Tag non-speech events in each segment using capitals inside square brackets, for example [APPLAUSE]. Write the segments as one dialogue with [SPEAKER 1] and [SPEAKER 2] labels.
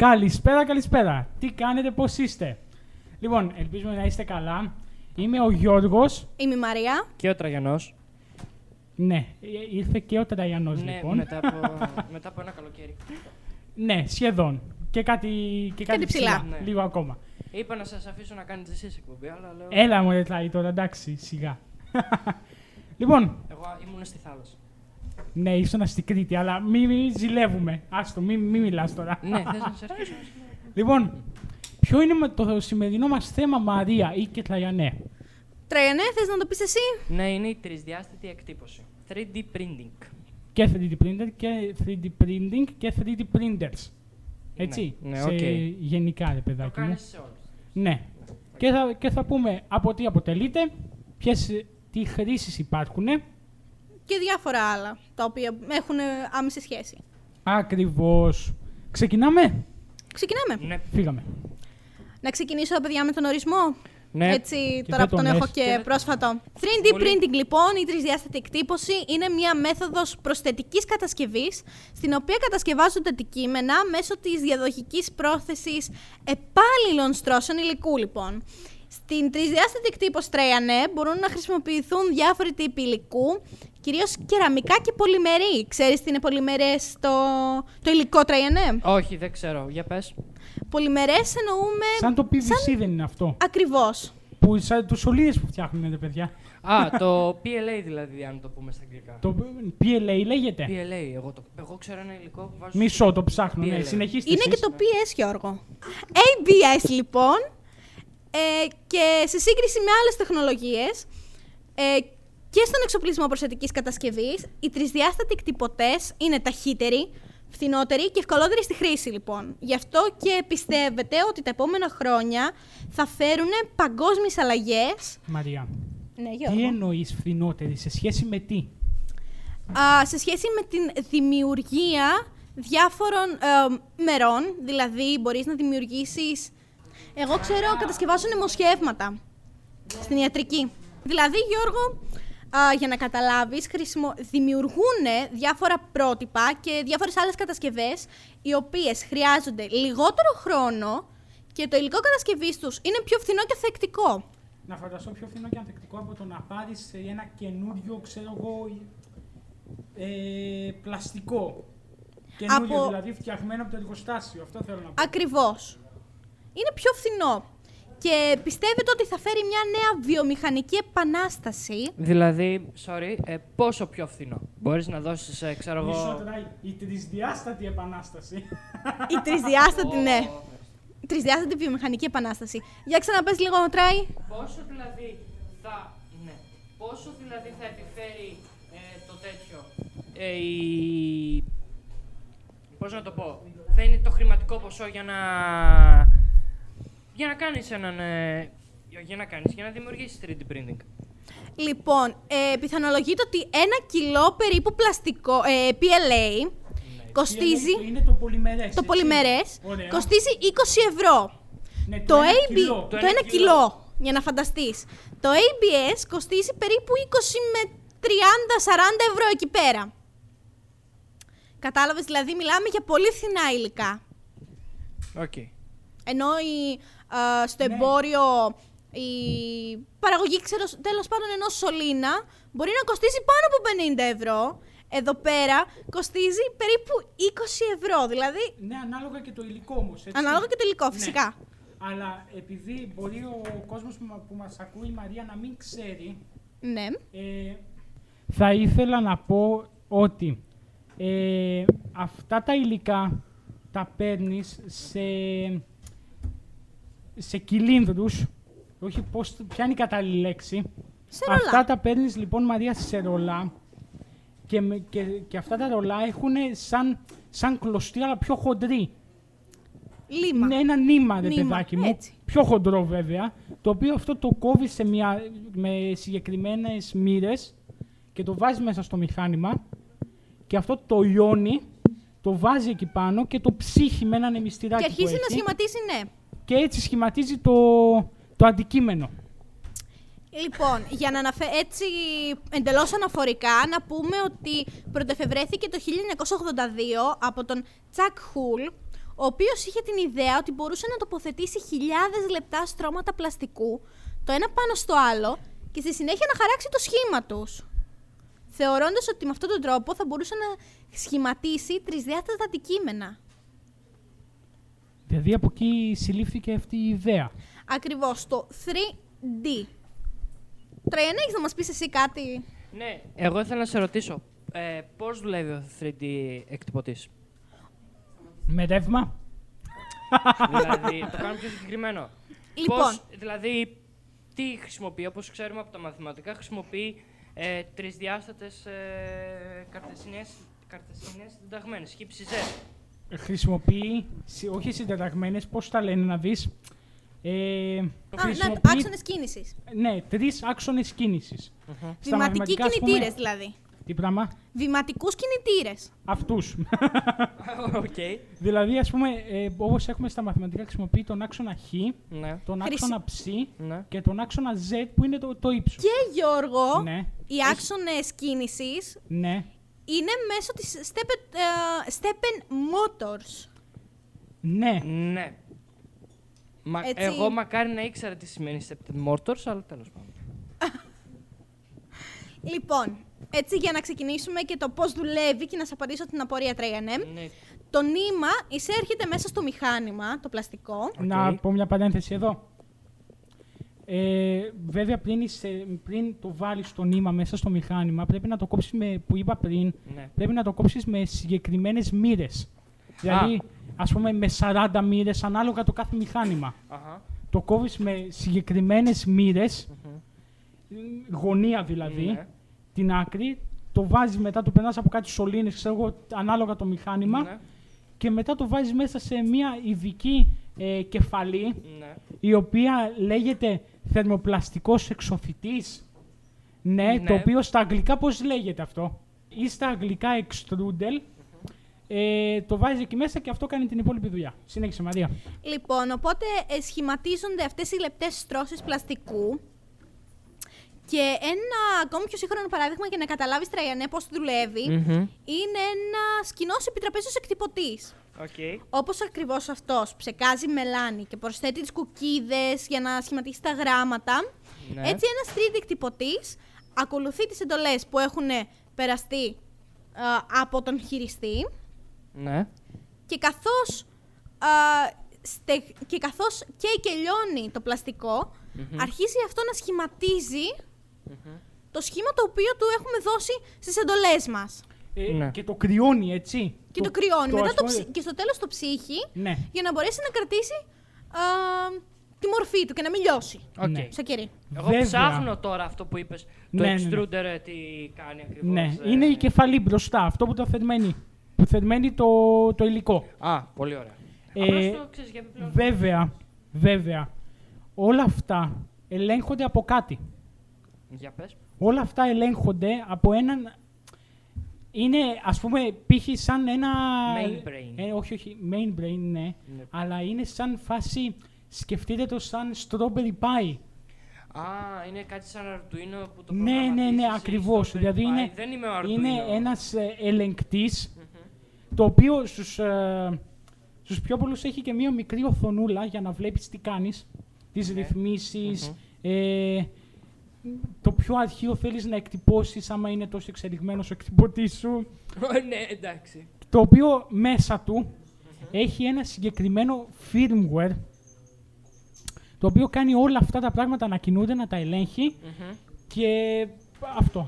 [SPEAKER 1] Καλησπέρα, καλησπέρα. Τι κάνετε, πώς είστε. Λοιπόν, ελπίζουμε να είστε καλά. Είμαι ο Γιώργος.
[SPEAKER 2] Είμαι η Μαρία.
[SPEAKER 3] Και ο Τραγιανός.
[SPEAKER 1] Ναι, ε, ήρθε και ο Τραγιανός,
[SPEAKER 3] ναι,
[SPEAKER 1] λοιπόν.
[SPEAKER 3] μετά, από, [LAUGHS] μετά από ένα καλοκαίρι.
[SPEAKER 1] [LAUGHS] Ναι, σχεδόν. Και κάτι, και κάτι
[SPEAKER 2] ψηλά.
[SPEAKER 3] Ναι.
[SPEAKER 1] Λίγο ακόμα.
[SPEAKER 3] Είπα να σας αφήσω να κάνετε εσείς εκπομπή, αλλά λέω.
[SPEAKER 1] Έλα μου, Ρετλάι, τώρα εντάξει, σιγά. [LAUGHS] λοιπόν,
[SPEAKER 3] Εγώ ήμουν στη θάλασσα.
[SPEAKER 1] ναι, ήσουν στη Κρήτη, αλλά μην μη ζηλεύουμε. Άστο, μην μη μιλάς τώρα.
[SPEAKER 3] ναι, θες να σε αρχίσω.
[SPEAKER 1] [LAUGHS] Λοιπόν, ποιο είναι με το σημερινό μας θέμα, Μαρία ή και Τραγιανέ.
[SPEAKER 2] Τραγιανέ, θες να το πεις εσύ.
[SPEAKER 3] ναι, είναι η τρισδιάστατη εκτύπωση. 3D printing.
[SPEAKER 1] Και 3D printer και 3D printing και 3D printers. Έτσι.
[SPEAKER 3] Ναι, ναι,
[SPEAKER 1] σε
[SPEAKER 3] οκ.
[SPEAKER 1] Γενικά, ρε
[SPEAKER 3] Το
[SPEAKER 1] παιδάκι μου.
[SPEAKER 3] κάνεις σε όλους.
[SPEAKER 1] [LAUGHS] Ναι. Και θα, και θα πούμε από τι αποτελείται, ποιες, τι χρήσεις υπάρχουν,
[SPEAKER 2] Και διάφορα άλλα τα οποία έχουν ε, άμεση σχέση.
[SPEAKER 1] ακριβώς. Ξεκινάμε.
[SPEAKER 2] Ξεκινάμε.
[SPEAKER 3] Ναι.
[SPEAKER 1] Φύγαμε.
[SPEAKER 2] Να ξεκινήσω, παιδιά, με τον ορισμό.
[SPEAKER 3] Ναι.
[SPEAKER 2] Έτσι,
[SPEAKER 1] Και
[SPEAKER 2] τώρα
[SPEAKER 1] δεν
[SPEAKER 2] που
[SPEAKER 1] τον
[SPEAKER 2] τον έχω
[SPEAKER 1] έχεις.
[SPEAKER 2] και,
[SPEAKER 3] Και δεν-
[SPEAKER 2] πρόσφατο. 3D
[SPEAKER 3] Πολύ.
[SPEAKER 2] printing, λοιπόν, η τρισδιάστατη εκτύπωση, είναι μια μέθοδος προσθετικής κατασκευής, στην οποία κατασκευάζονται αντικείμενα μέσω της διαδοχικής πρόθεσης επάλληλων στρώσεων υλικού, λοιπόν. Στην τρισδιάστατη εκτύπωση Τρέιανε μπορούν να χρησιμοποιηθούν διάφοροι τύποι υλικού, κυρίως κεραμικά και πολυμερή. Ξέρεις τι είναι πολυμερές το, το υλικό ναι? Τρέιανε.
[SPEAKER 3] Όχι, δεν ξέρω. Για πες.
[SPEAKER 2] Πολυμερές εννοούμε.
[SPEAKER 1] Σαν το PVC δεν είναι αυτό.
[SPEAKER 2] Ακριβώς.
[SPEAKER 1] Που σαν τους σωλήνες που φτιάχνουν, ρε παιδιά.
[SPEAKER 3] Α, το
[SPEAKER 1] [LAUGHS]
[SPEAKER 3] PLA δηλαδή, αν το πούμε στα αγγλικά.
[SPEAKER 1] Το PLA λέγεται.
[SPEAKER 3] PLA, εγώ, το, εγώ ξέρω ένα υλικό που βάζω.
[SPEAKER 1] Μισό το ψάχνω, ναι.
[SPEAKER 3] PLA.
[SPEAKER 1] Συνεχίστε
[SPEAKER 2] Είναι
[SPEAKER 1] εσείς.
[SPEAKER 2] και το PS, Γιώργο. ABS, λοιπόν, ε, και σε σύγκριση με άλλες τεχνολογίες ε, και στον εξοπλισμό προσθετικής κατασκευής, οι τρισδιάστατοι κτυπωτές είναι ταχύτεροι, φθηνότεροι και ευκολότεροι στη χρήση, λοιπόν. Γι' αυτό και πιστεύετε ότι τα επόμενα χρόνια θα φέρουν παγκόσμιες αλλαγές.
[SPEAKER 1] Μαρία,
[SPEAKER 2] Ναι,
[SPEAKER 1] τι
[SPEAKER 2] Γιώργο.
[SPEAKER 1] εννοείς φθηνότερη σε σχέση με τι.
[SPEAKER 2] Α, σε σχέση με την δημιουργία διάφορων ε, μερών, δηλαδή μπορείς να δημιουργήσεις... Εγώ ξέρω, κατασκευάζουν αιμοσχεύματα στην ιατρική. Δηλαδή, Γιώργο, α, για να καταλάβεις, χρησιμο... δημιουργούν διάφορα πρότυπα και διάφορες άλλες κατασκευές, οι οποίες χρειάζονται λιγότερο χρόνο και το υλικό κατασκευής τους είναι πιο φθηνό και θεκτικό.
[SPEAKER 1] Να φανταστώ πιο φθηνό και ανθεκτικό από το να πάρεις ένα καινούριο, ξέρω εγώ, ε, πλαστικό. Καινούριο,
[SPEAKER 2] Από-
[SPEAKER 1] δηλαδή φτιαγμένο από το εργοστάσιο. Αυτό θέλω να πω.
[SPEAKER 2] Ακριβώς. Είναι πιο φθηνό. Και πιστεύετε ότι θα φέρει μια νέα βιομηχανική επανάσταση.
[SPEAKER 3] Δηλαδή, sorry, ε, πόσο πιο φθηνό. Μπορείς να δώσεις, ε, ξέρω
[SPEAKER 1] Μισό
[SPEAKER 3] εγώ.
[SPEAKER 1] τράει η τρισδιάστατη επανάσταση.
[SPEAKER 2] Η τρισδιάστατη, ναι. Η Τρισδιάστατη βιομηχανική επανάσταση. Για ξαναπες λίγο, Τράι.
[SPEAKER 3] Πόσο δηλαδή θα. Ναι. Πόσο δηλαδή θα επιφέρει ε, το τέτοιο. Ε, η... Πώς να το πω. Θα είναι το χρηματικό ποσό για να. Για να κάνεις έναν. ε, Για να κάνεις, για να δημιουργήσεις 3D printing.
[SPEAKER 2] Λοιπόν, ε, πιθανολογείται ότι ένα κιλό περίπου πλαστικό, ε, PLA,
[SPEAKER 1] Ναι, Είναι,
[SPEAKER 2] κοστίζει,
[SPEAKER 1] είναι το πολυμερές.
[SPEAKER 2] το
[SPEAKER 1] έτσι.
[SPEAKER 2] πολυμερές,
[SPEAKER 1] Ωραία.
[SPEAKER 2] κοστίζει 20 ευρώ.
[SPEAKER 1] Ναι,
[SPEAKER 2] Το,
[SPEAKER 1] ένα
[SPEAKER 2] AB,
[SPEAKER 1] κιλό.
[SPEAKER 2] το
[SPEAKER 3] ένα
[SPEAKER 2] 1
[SPEAKER 3] κιλό.
[SPEAKER 2] κιλό, για να φανταστείς. Το ABS κοστίζει περίπου 20 με 30-40 ευρώ εκεί πέρα. Κατάλαβες, δηλαδή μιλάμε για πολύ φθηνά υλικά.
[SPEAKER 3] Οκ.
[SPEAKER 2] Ενώ η, α, στο
[SPEAKER 1] Ναι.
[SPEAKER 2] εμπόριο η παραγωγή, ξέρω, τέλος πάντων ενός σωλήνα, μπορεί να κοστίζει πάνω από 50 ευρώ. Εδώ πέρα κοστίζει περίπου 20 ευρώ, δηλαδή
[SPEAKER 1] Ναι, ανάλογα και το υλικό όμως.
[SPEAKER 2] ανάλογα και το υλικό
[SPEAKER 1] Ναι.
[SPEAKER 2] φυσικά.
[SPEAKER 1] Αλλά επειδή μπορεί ο κόσμος που, μα- που μας ακούει, η Μαρία, να μην ξέρει,
[SPEAKER 2] Ναι.
[SPEAKER 1] Ε, θα ήθελα να πω ότι ε, αυτά τα υλικά τα παίρνεις σε, σε κυλίνδρους, όχι πώς, ποια είναι η κατάλληλη λέξη.
[SPEAKER 2] Σε ρολά.
[SPEAKER 1] Αυτά τα παίρνεις λοιπόν Μαρία σε ρολά και, με- και, και αυτά τα ρολά έχουν σαν, σαν κλωστή αλλά πιο χοντρή.
[SPEAKER 2] Λίμα.
[SPEAKER 1] Είναι ένα νήμα, ρε
[SPEAKER 2] Νήμα,
[SPEAKER 1] παιδάκι μου.
[SPEAKER 2] έτσι.
[SPEAKER 1] Πιο χοντρό βέβαια. Το οποίο αυτό το κόβει σε μια, με συγκεκριμένες μοίρες και το βάζεις μέσα στο μηχάνημα. Και αυτό το λιώνει, το βάζει εκεί πάνω και το ψύχει με έναν εμιστηράκι.
[SPEAKER 2] Και
[SPEAKER 1] που
[SPEAKER 2] αρχίζει να
[SPEAKER 1] έχει.
[SPEAKER 2] σχηματίζει, ναι.
[SPEAKER 1] Και έτσι σχηματίζει το, το αντικείμενο.
[SPEAKER 2] Λοιπόν, για να αναφε... έτσι εντελώς αναφορικά, να πούμε ότι πρωτοεφευρέθηκε το 1982 από τον Τσακ Χουλ, ο ο οποίος είχε την ιδέα ότι μπορούσε να τοποθετήσει χιλιάδες λεπτά στρώματα πλαστικού, το ένα πάνω στο άλλο, και στη συνέχεια να χαράξει το σχήμα τους. Θεωρώντας ότι με αυτόν τον τρόπο θα μπορούσε να σχηματίσει τρισδιάστατα αντικείμενα.
[SPEAKER 1] Δηλαδή από εκεί συλλήφθηκε αυτή η ιδέα.
[SPEAKER 2] Ακριβώς το 3D. Τρένα, έχεις να μας πεις εσύ κάτι.
[SPEAKER 3] Ναι, εγώ ήθελα να σε ρωτήσω. Ε, Πώς δουλεύει ο 3D εκτυπωτής, [LAUGHS]
[SPEAKER 1] Με ρεύμα.
[SPEAKER 3] Δηλαδή, το κάνω πιο συγκεκριμένο.
[SPEAKER 2] Λοιπόν.
[SPEAKER 3] Πώς, δηλαδή, τι χρησιμοποιεί, όπως ξέρουμε από τα μαθηματικά, χρησιμοποιεί ε, τρισδιάστατες ε, καρτεσινές συνταγμένε, χύψη Z.
[SPEAKER 1] Χρησιμοποιεί, συ- όχι συντεταγμένες, πώς τα λένε να δεις. Ε,
[SPEAKER 2] Α, να,
[SPEAKER 1] χρησιμοποιεί-
[SPEAKER 2] άξονες κίνησης.
[SPEAKER 1] Ναι, τρεις άξονες κίνησης. Στα
[SPEAKER 2] Βηματικοί
[SPEAKER 1] μαθηματικά, ας πούμε-
[SPEAKER 2] κινητήρες δηλαδή.
[SPEAKER 1] Τι πράγμα,
[SPEAKER 2] Βηματικούς κινητήρες.
[SPEAKER 1] αυτούς.
[SPEAKER 3] [LAUGHS]
[SPEAKER 1] [LAUGHS]
[SPEAKER 3] Οκ.
[SPEAKER 1] δηλαδή, ας πούμε, ε, όπως έχουμε στα μαθηματικά, χρησιμοποιεί τον άξονα χ,
[SPEAKER 3] Ναι.
[SPEAKER 1] τον
[SPEAKER 2] Χρησι-
[SPEAKER 1] άξονα ψ
[SPEAKER 3] Ναι.
[SPEAKER 1] και τον άξονα z που είναι το, το ύψος.
[SPEAKER 2] Και Γιώργο,
[SPEAKER 1] Ναι,
[SPEAKER 2] οι άξονες κίνησης
[SPEAKER 1] ναι,
[SPEAKER 2] είναι μέσω της Steppen, ε, Steppen Motors.
[SPEAKER 1] ναι.
[SPEAKER 3] Ναι. Μα,
[SPEAKER 2] Έτσι.
[SPEAKER 3] εγώ μακάρι να ήξερα τι σημαίνει Septet Mortars, αλλά τέλος πάντων.
[SPEAKER 2] Λοιπόν, έτσι για να ξεκινήσουμε και το πώς δουλεύει και να σας απαντήσω την απορία 3NM.
[SPEAKER 3] Ναι.
[SPEAKER 2] Το νήμα εισέρχεται μέσα στο μηχάνημα, το πλαστικό.
[SPEAKER 3] Οκ.
[SPEAKER 1] Να πω μια παρένθεση εδώ. Ε, βέβαια, πριν, είσαι- πριν το βάλεις το νήμα μέσα στο μηχάνημα, πρέπει να το κόψεις με, που είπα πριν,
[SPEAKER 3] ναι.
[SPEAKER 1] πρέπει να το κόψεις με συγκεκριμένες μοίρες. Δηλαδή, ας πούμε, με 40 μοίρες ανάλογα το κάθε μηχάνημα.
[SPEAKER 3] Αχα.
[SPEAKER 1] Το κόβεις με συγκεκριμένες μοίρες, γωνία δηλαδή,
[SPEAKER 3] Ναι.
[SPEAKER 1] την άκρη, το βάζεις μετά, το περνάς από κάτι σωλήνες, ξέρω εγώ, ανάλογα το μηχάνημα,
[SPEAKER 3] Ναι.
[SPEAKER 1] και μετά το βάζεις μέσα σε μια ειδική ε, κεφαλή,
[SPEAKER 3] Ναι.
[SPEAKER 1] η οποία λέγεται θερμοπλαστικός εξωφυτής. Ναι,
[SPEAKER 3] Ναι.
[SPEAKER 1] το οποίο στα αγγλικά πώς λέγεται αυτό. Ή στα αγγλικά extrudel. Ε, το βάζει εκεί μέσα και αυτό κάνει την υπόλοιπη δουλειά. Συνέχισε Μαρία.
[SPEAKER 2] Λοιπόν, οπότε ε, σχηματίζονται αυτές οι λεπτές στρώσεις πλαστικού. Και ένα ακόμη πιο σύγχρονο παράδειγμα για να καταλάβεις, Τραγιανέ, πώς δουλεύει,
[SPEAKER 3] Μμμ.
[SPEAKER 2] είναι ένας κοινός επιτραπέζιος εκτυπωτής.
[SPEAKER 3] Οκ.
[SPEAKER 2] Όπως ακριβώς αυτός ψεκάζει μελάνι και προσθέτει τις κουκίδες για να σχηματίσει τα γράμματα,
[SPEAKER 3] Ναι.
[SPEAKER 2] έτσι ένας 3D εκτυπωτής ακολουθεί τις εντολές που έχουν περαστεί α, από τον χειριστή
[SPEAKER 3] Ναι.
[SPEAKER 2] και καθώς, α, στε- και, καθώς καίει και λιώνει το πλαστικο αρχίζει αυτό να σχηματιζει το σχήμα το οποίο του έχουμε δώσει στις εντολές μας.
[SPEAKER 1] Ε,
[SPEAKER 3] Ναι.
[SPEAKER 1] Και το κρυώνει, έτσι.
[SPEAKER 2] Και το, κρυώνει. Μετά
[SPEAKER 1] ας
[SPEAKER 2] το
[SPEAKER 1] πούμε-
[SPEAKER 2] ψ- και στο τέλος το ψύχει
[SPEAKER 1] Ναι.
[SPEAKER 2] για να μπορέσει να κρατήσει α, τη μορφή του και να μην λιώσει.
[SPEAKER 3] Οκ.
[SPEAKER 1] Ναι.
[SPEAKER 2] Σαν κερί.
[SPEAKER 3] Εγώ
[SPEAKER 1] Βέβαια.
[SPEAKER 3] ψάχνω τώρα αυτό που είπες, Το
[SPEAKER 1] Ναι, ναι, ναι.
[SPEAKER 3] extruder ε, τι κάνει ακριβώς.
[SPEAKER 1] ναι.
[SPEAKER 3] ε.
[SPEAKER 1] Είναι η κεφαλή μπροστά, αυτό που το θερμαίνει. Που θερμαίνει το, το υλικό.
[SPEAKER 3] Α, πολύ ωραία.
[SPEAKER 1] Ε,
[SPEAKER 3] Απλώς το ξέρεις για επιπλέον.
[SPEAKER 1] Βέβαια, βέβαια, όλα αυτά ελέγχονται από κάτι.
[SPEAKER 3] Για πες.
[SPEAKER 1] όλα αυτά ελέγχονται από έναν. Είναι, ας πούμε, π.χ. σαν ένα...
[SPEAKER 3] Main brain.
[SPEAKER 1] Ε, όχι, όχι, main brain, ναι.
[SPEAKER 3] Ναι.
[SPEAKER 1] Αλλά είναι σαν φάση, σκεφτείτε το σαν strawberry pie.
[SPEAKER 3] Α, είναι κάτι σαν Αρτουίνο που το
[SPEAKER 1] ναι, ναι, ναι,
[SPEAKER 3] προγραμματίζεις εσύ
[SPEAKER 1] ακριβώς.
[SPEAKER 3] στο
[SPEAKER 1] Δηλαδή
[SPEAKER 3] περιβάλλον.
[SPEAKER 1] είναι,
[SPEAKER 3] Δεν είμαι ο Αρτουίνο.
[SPEAKER 1] είναι ένας ε, ελεγκτης το οποίο στους, ε, στους πιο πολλούς έχει και μία μικρή οθονούλα για να βλέπεις τι κάνεις, τις
[SPEAKER 3] Ναι.
[SPEAKER 1] ρυθμίσεις, ε, το ποιο αρχείο θέλεις να εκτυπώσεις, άμα είναι τόσο εξελιγμένος ο εκτυπωτής σου.
[SPEAKER 3] ναι, εντάξει.
[SPEAKER 1] το οποίο μέσα του έχει ένα συγκεκριμένο firmware το οποίο κάνει όλα αυτά τα πράγματα να κινούνται, να τα ελέγχει
[SPEAKER 3] Μμμ.
[SPEAKER 1] και αυτό.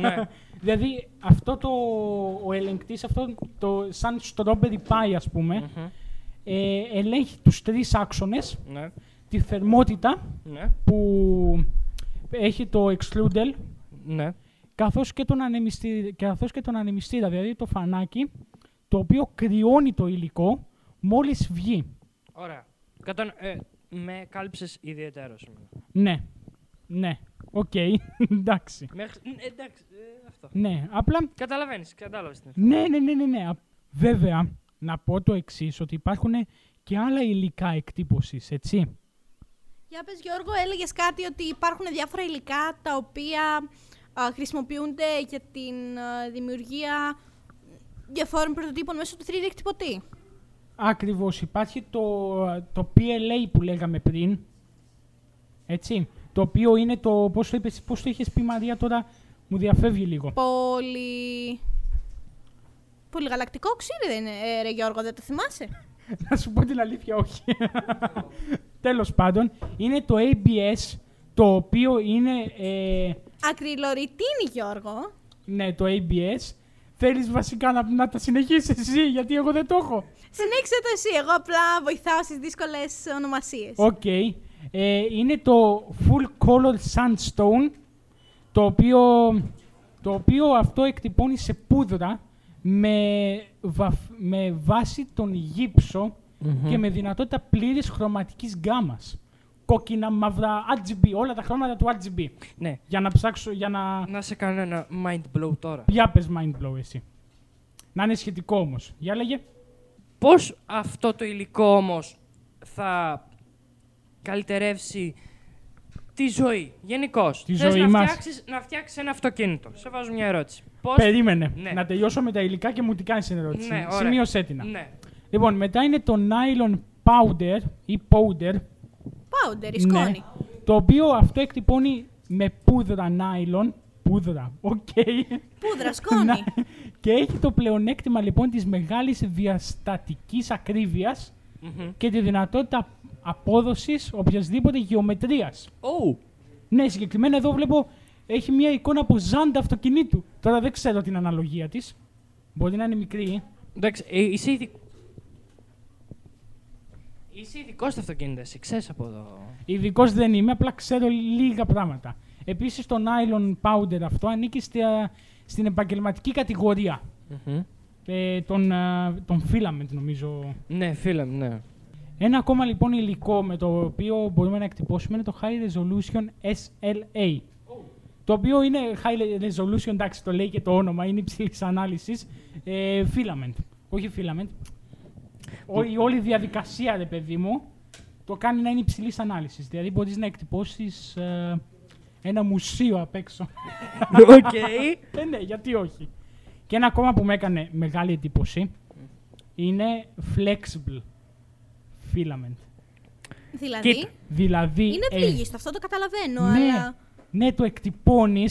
[SPEAKER 3] Ναι.
[SPEAKER 1] [LAUGHS] δηλαδή αυτό το, ο ελεγκτής, αυτό το σαν strawberry pie ας πούμε,
[SPEAKER 3] Μμμ.
[SPEAKER 1] ε, ελέγχει τους τρεις άξονες,
[SPEAKER 3] Ναι,
[SPEAKER 1] τη θερμότητα
[SPEAKER 3] ναι,
[SPEAKER 1] που έχει το extrudel,
[SPEAKER 3] ναι.
[SPEAKER 1] καθώς και τον, ανεμιστή, καθώς και τον ανεμιστήρα, δηλαδή το φανάκι, το οποίο κρυώνει το υλικό μόλις βγει.
[SPEAKER 3] Ωραία. Κατα... Ε, με κάλυψες ιδιαίτερο σήμερα.
[SPEAKER 1] Ναι, ναι, οκ, [LAUGHS] εντάξει.
[SPEAKER 3] Μέχρι... ε, εντάξει, ε, αυτό.
[SPEAKER 1] Ναι, απλά,
[SPEAKER 3] Καταλαβαίνεις, κατάλαβες. την.
[SPEAKER 1] ναι, ναι, ναι, ναι, ναι. Α- Βέβαια, να πω το εξής ότι υπάρχουν και άλλα υλικά εκτύπωσης, έτσι.
[SPEAKER 2] Για πες Γιώργο, έλεγες κάτι ότι υπάρχουν διάφορα υλικά τα οποία α, χρησιμοποιούνται για την α, δημιουργία διαφόρων πρωτοτύπων μέσω του 3D εκτυπωτή.
[SPEAKER 1] Ακριβώς. Υπάρχει το, το PLA που λέγαμε πριν. Έτσι. Το οποίο είναι το. Πώς το είπες, πώς το είχες πει Μαρία τώρα, μου διαφεύγει λίγο.
[SPEAKER 2] Πολύ. Πολυγαλακτικό ξύρι δεν είναι, ε, ρε Γιώργο, δεν το θυμάσαι.
[SPEAKER 1] Να σου πω την αλήθεια, όχι. Τέλος πάντων, είναι το ABS, το οποίο είναι. ε,
[SPEAKER 2] Ακριλωριτίνη, Γιώργο.
[SPEAKER 1] ναι, το ABS. Θέλεις βασικά να, να τα συνεχίσεις εσύ, γιατί εγώ δεν το έχω.
[SPEAKER 2] Συνέχισε το εσύ. Εγώ απλά βοηθάω στις δύσκολες ονομασίες.
[SPEAKER 1] Οκ. Ε, είναι το Full Color Sandstone, το οποίο, το οποίο αυτό εκτυπώνει σε πούδρα με, βαφ- με βάση τον γυψο και με δυνατότητα πλήρης χρωματικής γκάμας. Κόκκινα, μαύρα, RGB, όλα τα χρώματα του RGB.
[SPEAKER 3] Ναι.
[SPEAKER 1] Για να ψάξω, για να...
[SPEAKER 3] Να σε κάνω ένα mind blow τώρα.
[SPEAKER 1] Για πες mind blow εσύ. Να είναι σχετικό όμως. Για λέγε.
[SPEAKER 3] Πώς αυτό το υλικό όμως θα καλυτερεύσει τη ζωή γενικώς.
[SPEAKER 1] Τη ζωή
[SPEAKER 3] να
[SPEAKER 1] μας.
[SPEAKER 3] Φτιάξεις, να φτιάξεις ένα αυτοκίνητο. Σε βάζω μια ερώτηση. Πώς...
[SPEAKER 1] Περίμενε.
[SPEAKER 3] Ναι.
[SPEAKER 1] Να τελειώσω με τα υλικά και μου την κάνεις την ερώτηση.
[SPEAKER 3] Ναι, ωραία.
[SPEAKER 1] Σημείωσέ την.
[SPEAKER 3] Ναι.
[SPEAKER 1] Λοιπόν, μετά είναι το nylon powder ή powder.
[SPEAKER 2] Πάουντερ, η σκόνη.
[SPEAKER 1] ναι, το οποίο αυτό εκτυπώνει με πούδρα nylon. Πούδρα, οκ.
[SPEAKER 2] Πούδρα, σκόνη.
[SPEAKER 1] [LAUGHS] Να- και έχει το πλεονέκτημα λοιπόν της μεγάλης διαστατικής ακρίβειας
[SPEAKER 3] Μμμ.
[SPEAKER 1] και τη δυνατότητα απόδοσης οποιασδήποτε γεωμετρίας.
[SPEAKER 3] Ου.
[SPEAKER 1] Ναι, συγκεκριμένα εδώ βλέπω έχει μια εικόνα από ζάντα αυτοκινήτου. Τώρα δεν ξέρω την αναλογία της. Μπορεί να είναι μικρή.
[SPEAKER 3] Εντάξει, ε, είσαι ειδικό. Είσαι ειδικός στα αυτοκίνητα, εσύ ξέρεις από εδώ.
[SPEAKER 1] Ειδικός δεν είμαι, απλά ξέρω λίγα πράγματα. Επίσης, το nylon powder αυτό ανήκει στα- στην επαγγελματική κατηγορία ε, των, ε, των filament, νομίζω.
[SPEAKER 3] Ναι, φίλε
[SPEAKER 2] [LAUGHS]
[SPEAKER 3] μου, ναι.
[SPEAKER 1] Ένα ακόμα λοιπόν υλικό με το οποίο μπορούμε να εκτυπώσουμε είναι το High Resolution SLA. Το οποίο είναι High Resolution, εντάξει, το λέει και το όνομα, είναι υψηλής ανάλυσης. Ε, filament. Όχι filament. Ό, η όλη διαδικασία, ρε παιδί μου, το κάνει να είναι υψηλής ανάλυσης. Δηλαδή, μπορείς να εκτυπώσεις ένα μουσείο απ' έξω.
[SPEAKER 3] Οκ.
[SPEAKER 1] Ε, ναι, γιατί όχι. Και ένα ακόμα που με έκανε μεγάλη εντύπωση είναι flexible filament.
[SPEAKER 2] δηλαδή.
[SPEAKER 3] Κοίτα.
[SPEAKER 1] Δηλαδή.
[SPEAKER 2] Είναι
[SPEAKER 1] ε,
[SPEAKER 2] ευλίγιστο, αυτό το καταλαβαίνω,
[SPEAKER 1] ναι,
[SPEAKER 2] αλλά.
[SPEAKER 1] ναι, το εκτυπώνεις.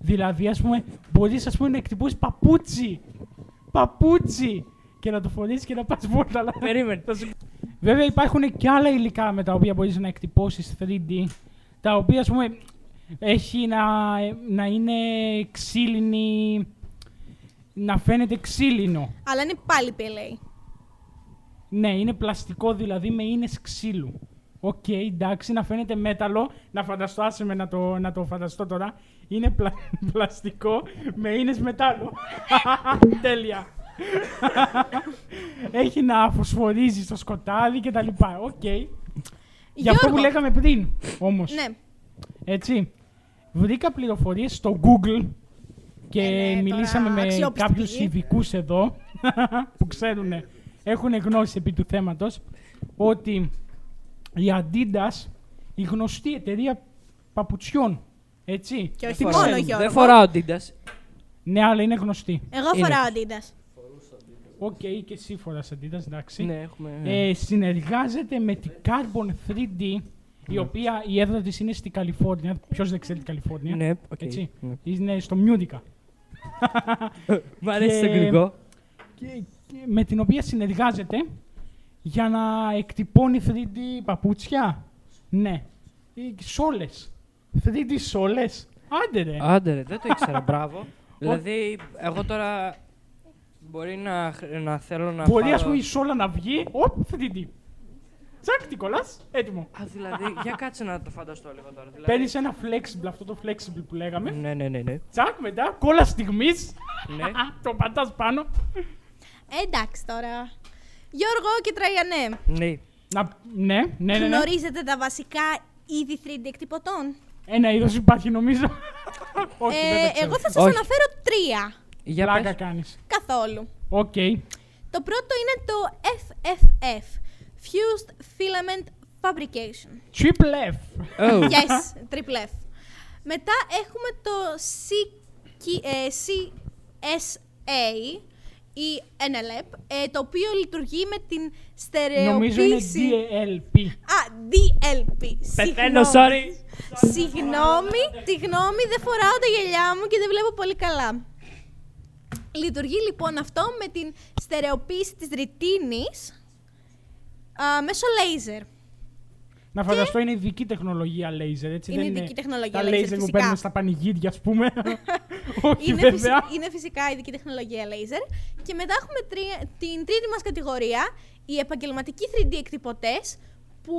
[SPEAKER 1] Δηλαδή, ας πούμε, μπορείς πούμε, να εκτυπώσεις παπούτσι. Παπούτσι! Και να το φορέσει και να πας βόλτα. αλλά-
[SPEAKER 3] Περίμενε.
[SPEAKER 1] Βέβαια, υπάρχουν και άλλα υλικά με τα οποία μπορείς να εκτυπώσεις 3D. Τα οποία, ας πούμε, έχει να, να είναι ξύλινη. Να φαίνεται ξύλινο.
[SPEAKER 2] Αλλά είναι πάλι PLA.
[SPEAKER 1] Ναι, είναι πλαστικό δηλαδή με ίνες ξύλου. Οκ, εντάξει, να φαίνεται μέταλλο, να φανταστώ, άσε με να το, να το φανταστώ τώρα. Είναι πλα- [LAUGHS] πλαστικό με ίνες μετάλλο. [LAUGHS] Τέλεια. [LAUGHS] Έχει να φωσφορίζει στο σκοτάδι και τα λοιπά. Οκ. Για αυτό που
[SPEAKER 2] Γιώργο.
[SPEAKER 1] λέγαμε πριν, όμως.
[SPEAKER 2] Ναι.
[SPEAKER 1] Έτσι. Βρήκα πληροφορίες στο Google και
[SPEAKER 2] Ε, ναι,
[SPEAKER 1] μιλήσαμε
[SPEAKER 2] τώρα,
[SPEAKER 1] με
[SPEAKER 2] αξιόπιστη
[SPEAKER 1] κάποιους
[SPEAKER 2] πηγή.
[SPEAKER 1] ειδικούς εδώ [LAUGHS] που ξέρουν, έχουν γνώση επί του θέματος ότι η Adidas, η γνωστή εταιρεία παπουτσιών, έτσι.
[SPEAKER 2] Και όχι
[SPEAKER 1] Τι
[SPEAKER 2] μόνο,
[SPEAKER 1] ξέρουμε.
[SPEAKER 2] Γιώργο.
[SPEAKER 3] Δεν φοράω Adidas.
[SPEAKER 1] Ναι, αλλά είναι γνωστή.
[SPEAKER 2] Εγώ
[SPEAKER 3] Είναι.
[SPEAKER 2] φοράω Adidas.
[SPEAKER 1] Οκ, και εσύ φοράς Adidas, εντάξει.
[SPEAKER 3] Ναι, έχουμε.
[SPEAKER 1] Ε, συνεργάζεται με την Carbon 3D,
[SPEAKER 3] Ναι.
[SPEAKER 1] η οποία η έδρα της είναι στη Καλιφόρνια. Ποιος δεν ξέρει την Καλιφόρνια.
[SPEAKER 3] Ναι, οκ.
[SPEAKER 1] Έτσι.
[SPEAKER 3] Ναι.
[SPEAKER 1] Είναι στο Μιούντικα.
[SPEAKER 3] Μ' αρέσει
[SPEAKER 1] Και-
[SPEAKER 3] το αγγλικό.
[SPEAKER 1] και- και- με την οποία συνεργάζεται για να εκτυπώνει 3D παπούτσια. Ναι. Ή Σόλες. 3D σόλες. Άντε ρε.
[SPEAKER 3] Ε. Άντε ρε, δεν το ήξερα, μπράβο. δηλαδή, εγώ τώρα μπορεί να, χρ- να θέλω να
[SPEAKER 1] Μπορεί
[SPEAKER 3] πάρω...
[SPEAKER 1] ας πούμε η σόλα να βγει. Οπ, 3D. Τσακ, τι κολλάς. Έτοιμο.
[SPEAKER 3] Α, δηλαδή, για κάτσε να το φανταστώ λίγο τώρα. Δηλαδή...
[SPEAKER 1] Παίρνεις ένα flexible, αυτό το flexible που λέγαμε.
[SPEAKER 3] Ναι, ναι, ναι, ναι.
[SPEAKER 1] Τσακ, μετά, κόλλα στιγμής.
[SPEAKER 3] ναι.
[SPEAKER 1] [LAUGHS] Το πατάς πάνω.
[SPEAKER 2] Ε, εντάξει τώρα. Γιώργο και Τραϊανέ,
[SPEAKER 3] ναι.
[SPEAKER 1] Να, ναι, ναι, ναι, ναι.
[SPEAKER 2] γνωρίζετε τα βασικά είδη 3D εκτυπωτών.
[SPEAKER 1] Ένα είδος υπάρχει νομίζω. Όχι, δεν
[SPEAKER 2] Ε,
[SPEAKER 1] το ξέρω.
[SPEAKER 2] εγώ θα σας
[SPEAKER 3] Όχι.
[SPEAKER 2] αναφέρω τρία
[SPEAKER 3] Για
[SPEAKER 1] Πλάκα
[SPEAKER 3] πες.
[SPEAKER 1] κάνεις.
[SPEAKER 2] καθόλου.
[SPEAKER 1] Οκ.
[SPEAKER 2] Το πρώτο είναι το FFF, Fused Filament Fabrication.
[SPEAKER 1] Triple F.
[SPEAKER 3] Oh.
[SPEAKER 1] Ε,
[SPEAKER 2] Yes, triple F. Μετά έχουμε το CK, ε, CSA, ή NLEP, ε, το οποίο λειτουργεί με την στερεοποίηση...
[SPEAKER 1] [LAUGHS] Νομίζω είναι DLP.
[SPEAKER 2] Α, DLP.
[SPEAKER 3] Πεθαίνω,
[SPEAKER 1] ε,
[SPEAKER 2] συγγνώμη.
[SPEAKER 3] sorry.
[SPEAKER 2] Συγγνώμη, τη γνώμη δεν φοράω τα γυαλιά μου και δεν βλέπω πολύ καλά. Λειτουργεί λοιπόν αυτό με την στερεοποίηση της ρητίνης α, μέσω λέιζερ.
[SPEAKER 1] Να φανταστώ είναι ειδική τεχνολογία laser, έτσι.
[SPEAKER 2] Είναι
[SPEAKER 1] δεν
[SPEAKER 2] ειδική τεχνολογία
[SPEAKER 1] τα
[SPEAKER 2] laser,
[SPEAKER 1] laser που
[SPEAKER 2] φυσικά.
[SPEAKER 1] παίρνουν στα πανηγύρια, ας
[SPEAKER 2] [LAUGHS]
[SPEAKER 1] πούμε. Όχι,
[SPEAKER 2] Είναι, φυσι-
[SPEAKER 1] βέβαια.
[SPEAKER 2] είναι φυσικά ειδική τεχνολογία laser. Και μετά έχουμε τρία- την τρίτη μας κατηγορία, οι επαγγελματικοί 3D εκτυπωτές, που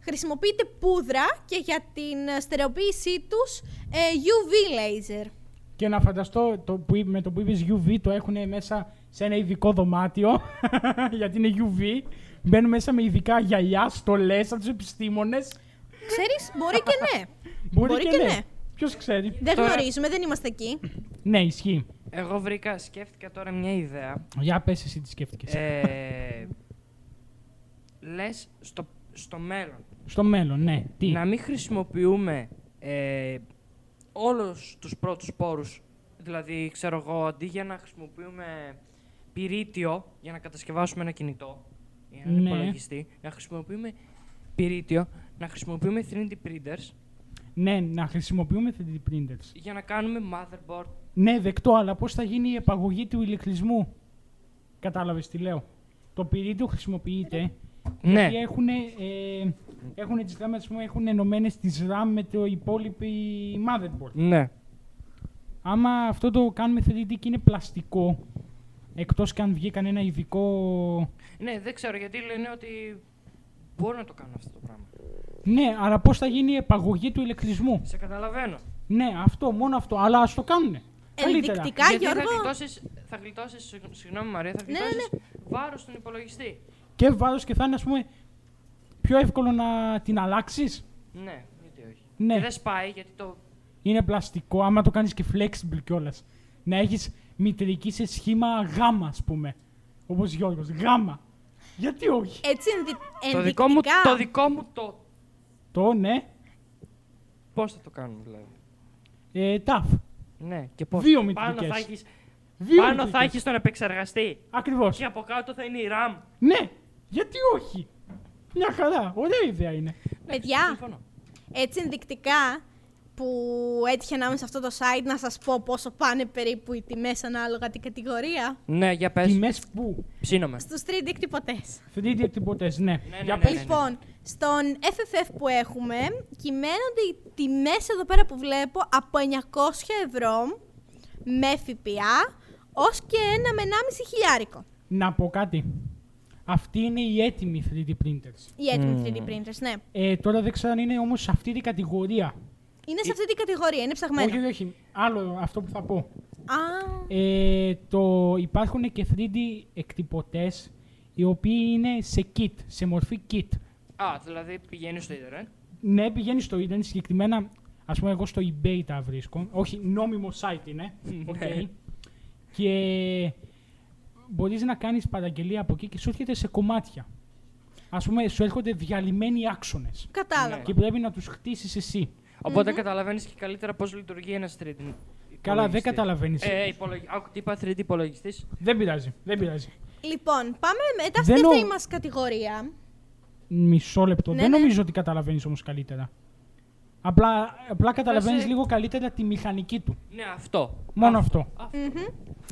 [SPEAKER 2] χρησιμοποιείται πούδρα και για την ε, στερεοποίησή τους ε, UV laser.
[SPEAKER 1] Και να φανταστώ το που, είπε- με το που είπες UV το έχουν μέσα σε ένα ειδικό δωμάτιο, [LAUGHS] γιατί είναι UV. Μπαίνουν μέσα με ειδικά γυαλιά, στολές από τους επιστήμονες.
[SPEAKER 2] Ξέρεις, μπορεί και
[SPEAKER 3] [LAUGHS]
[SPEAKER 2] ναι.
[SPEAKER 1] Μπορεί, και, ναι. Ποιος ξέρει.
[SPEAKER 2] Δεν
[SPEAKER 3] Τώρα-
[SPEAKER 2] γνωρίζουμε, δεν είμαστε εκεί.
[SPEAKER 1] Ναι, ισχύει.
[SPEAKER 3] Εγώ βρήκα, σκέφτηκα τώρα μια ιδέα.
[SPEAKER 1] Για πες εσύ τι σκέφτηκες.
[SPEAKER 3] Ε, λες στο, στο μέλλον
[SPEAKER 1] Στο μέλλον, ναι. Τι.
[SPEAKER 3] να μην χρησιμοποιούμε ε, όλους τους πρώτους πόρους. Δηλαδή, ξέρω εγώ, αντί για να χρησιμοποιούμε πυρίτιο για να κατασκευάσουμε ένα κινητό ή έναν
[SPEAKER 1] Ναι.
[SPEAKER 3] υπολογιστή, να χρησιμοποιούμε πυρίτιο, να χρησιμοποιούμε 3D printers
[SPEAKER 1] Ναι, να χρησιμοποιούμε 3D printers.
[SPEAKER 3] για να κάνουμε motherboard.
[SPEAKER 1] Ναι, δεκτό, αλλά πώς θα γίνει η επαγωγή του ηλεκτρισμού. Κατάλαβες τι λέω. Το πυρίτιο χρησιμοποιείται
[SPEAKER 3] Ναι,
[SPEAKER 1] γιατί έχουν, ε, έχουνε τις RAM, ας πούμε, έχουν ενωμένες τις RAM με το υπόλοιπη motherboard.
[SPEAKER 3] ναι.
[SPEAKER 1] Άμα αυτό το κάνουμε 3D και είναι πλαστικό, εκτός και αν βγει κανένα ειδικό...
[SPEAKER 3] Ναι, δεν ξέρω γιατί λένε ότι μπορούν να το κάνουν αυτό το πράγμα.
[SPEAKER 1] Ναι, αλλά πώς θα γίνει η επαγωγή του ηλεκτρισμού.
[SPEAKER 3] Σε καταλαβαίνω.
[SPEAKER 1] Ναι, αυτό, μόνο αυτό, αλλά ας το κάνουνε. Καλύτερα.
[SPEAKER 2] Ενδεικτικά,
[SPEAKER 3] γιατί
[SPEAKER 2] Γιώργο.
[SPEAKER 3] θα γλιτώσεις, θα γλιτώσεις, συγγ- συγγνώμη Μαρία, θα
[SPEAKER 2] Ναι, ναι,
[SPEAKER 3] γλιτώσεις βάρος στον υπολογιστή.
[SPEAKER 1] Και βάρος και θα είναι, ας πούμε, πιο εύκολο να την αλλάξεις.
[SPEAKER 3] Ναι, γιατί όχι.
[SPEAKER 1] Ναι.
[SPEAKER 3] Και δεν σπάει γιατί το...
[SPEAKER 1] Είναι πλαστικό, άμα το κάνεις και flexible κιόλας. Να έχεις μητρική σε σχήμα γάμα, ας πούμε. Όπως Γιώργος, γάμα. Γιατί όχι.
[SPEAKER 2] Έτσι ενδει...
[SPEAKER 3] Το δικό, μου,
[SPEAKER 2] ενδεικτικά.
[SPEAKER 3] το δικό μου το...
[SPEAKER 1] Το, ναι,
[SPEAKER 3] Πώς θα το κάνουμε δηλαδή.
[SPEAKER 1] ε, ταφ.
[SPEAKER 3] Ναι, και πώς.
[SPEAKER 1] Δύο
[SPEAKER 3] Πάνω θα
[SPEAKER 1] μητρικές.
[SPEAKER 3] έχεις,
[SPEAKER 1] Δύο
[SPEAKER 3] πάνω θα
[SPEAKER 1] μητρικές.
[SPEAKER 3] έχεις τον επεξεργαστή.
[SPEAKER 1] Ακριβώς.
[SPEAKER 3] Και από κάτω θα είναι η RAM.
[SPEAKER 1] Ναι, γιατί όχι. Μια χαρά, ωραία ιδέα είναι.
[SPEAKER 2] Παιδιά,
[SPEAKER 3] Ε, Συμφωνώ.
[SPEAKER 2] έτσι ενδεικτικά που έτυχε να είμαι σε αυτό το site να σας πω πόσο πάνε περίπου οι τιμές ανάλογα την κατηγορία
[SPEAKER 3] Ναι, για πες.
[SPEAKER 1] Τιμές που.
[SPEAKER 3] Ψήνομαι.
[SPEAKER 2] στους 3D εκτυπωτές.
[SPEAKER 1] 3D εκτυπωτές, ναι.
[SPEAKER 3] ναι,
[SPEAKER 1] Για
[SPEAKER 3] ναι,
[SPEAKER 1] πες.
[SPEAKER 3] ναι.
[SPEAKER 2] Λοιπόν, στον FFF που έχουμε, κυμαίνονται οι τιμές εδώ πέρα που βλέπω από 900 ευρώ με ΦΠΑ ως και ένα με 1,5 χιλιάρικο.
[SPEAKER 1] Να πω κάτι. Αυτή είναι η έτοιμη 3D printers.
[SPEAKER 2] Οι έτοιμοι 3D printers, ναι.
[SPEAKER 1] Ε, τώρα δεν ξέρω αν είναι όμως σε αυτή την κατηγορία.
[SPEAKER 2] Είναι σε αυτή την κατηγορία, είναι
[SPEAKER 1] Όχι,
[SPEAKER 2] ψαγμένο.
[SPEAKER 1] όχι, όχι. Άλλο αυτό που θα πω.
[SPEAKER 2] Α,
[SPEAKER 1] Ε, το, υπάρχουν και 3D εκτυπωτές οι οποίοι είναι σε kit, σε μορφή kit.
[SPEAKER 3] Α, δηλαδή πηγαίνεις στο ίντερνετ.
[SPEAKER 1] Ναι, πηγαίνεις στο ίντερνετ συγκεκριμένα. Ας πούμε, εγώ στο eBay τα βρίσκω. Όχι, νόμιμο site είναι. Οκ.
[SPEAKER 3] Ναι.
[SPEAKER 1] και μπορείς να κάνεις παραγγελία από εκεί και σου έρχεται σε κομμάτια. Ας πούμε, σου έρχονται διαλυμένοι άξονες.
[SPEAKER 2] κατάλαβα.
[SPEAKER 1] Και πρέπει να τους χτίσεις εσύ.
[SPEAKER 3] Οπότε καταλαβαίνεις και καλύτερα πώς λειτουργεί ένας 3D.
[SPEAKER 1] Καλά, δεν
[SPEAKER 3] υπολογιστής.
[SPEAKER 1] καταλαβαίνεις.
[SPEAKER 3] Ε, υπολογι... Άκου, τι είπα 3D υπολογιστής.
[SPEAKER 1] Δεν πειράζει, δεν πειράζει.
[SPEAKER 2] Λοιπόν, πάμε μετά στη
[SPEAKER 1] Δεν
[SPEAKER 2] δεύτερη
[SPEAKER 1] νο-
[SPEAKER 2] μας κατηγορία.
[SPEAKER 1] Μισό λεπτό.
[SPEAKER 2] Ναι,
[SPEAKER 1] δεν
[SPEAKER 2] ναι.
[SPEAKER 1] νομίζω ότι καταλαβαίνεις όμως καλύτερα. Απλά, απλά
[SPEAKER 2] ε,
[SPEAKER 1] καταλαβαίνει λίγο καλύτερα τη μηχανική του.
[SPEAKER 3] Ναι, αυτό.
[SPEAKER 1] Μόνο αυτό.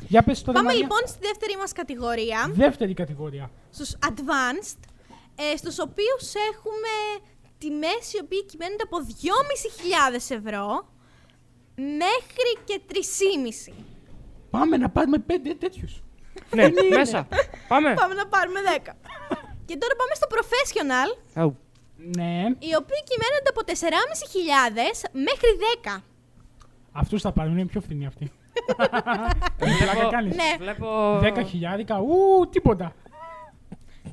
[SPEAKER 1] Για πες τώρα.
[SPEAKER 2] Πάμε
[SPEAKER 1] Μαρία.
[SPEAKER 2] λοιπόν στη δεύτερη μας κατηγορία,
[SPEAKER 1] Δεύτερη κατηγορία.
[SPEAKER 2] στους advanced, ε, στους οποίους έχουμε τιμές οι οποίες κυμαίνονται από 2.500 ευρώ μέχρι και 3.500.
[SPEAKER 1] Πάμε να πάρουμε πέντε τέτοιους.
[SPEAKER 2] [LAUGHS]
[SPEAKER 3] ναι, μέσα.
[SPEAKER 1] Ναι.
[SPEAKER 3] Πάμε.
[SPEAKER 2] Πάμε να πάρουμε 10. Και τώρα πάμε στο professional,
[SPEAKER 3] Αου.
[SPEAKER 1] Ναι,
[SPEAKER 2] οι οποίοι κυμαίνονται από 4.500 μέχρι 10.
[SPEAKER 1] αυτούς θα πάρουν. Είναι πιο φθηνή
[SPEAKER 2] [LAUGHS]
[SPEAKER 1] αυτή.
[SPEAKER 3] Βλέπω-
[SPEAKER 1] Πλάκα κάνεις.
[SPEAKER 2] Ναι.
[SPEAKER 3] Βλέπω...
[SPEAKER 1] Δέκα χιλιάρικα, ου, τίποτα.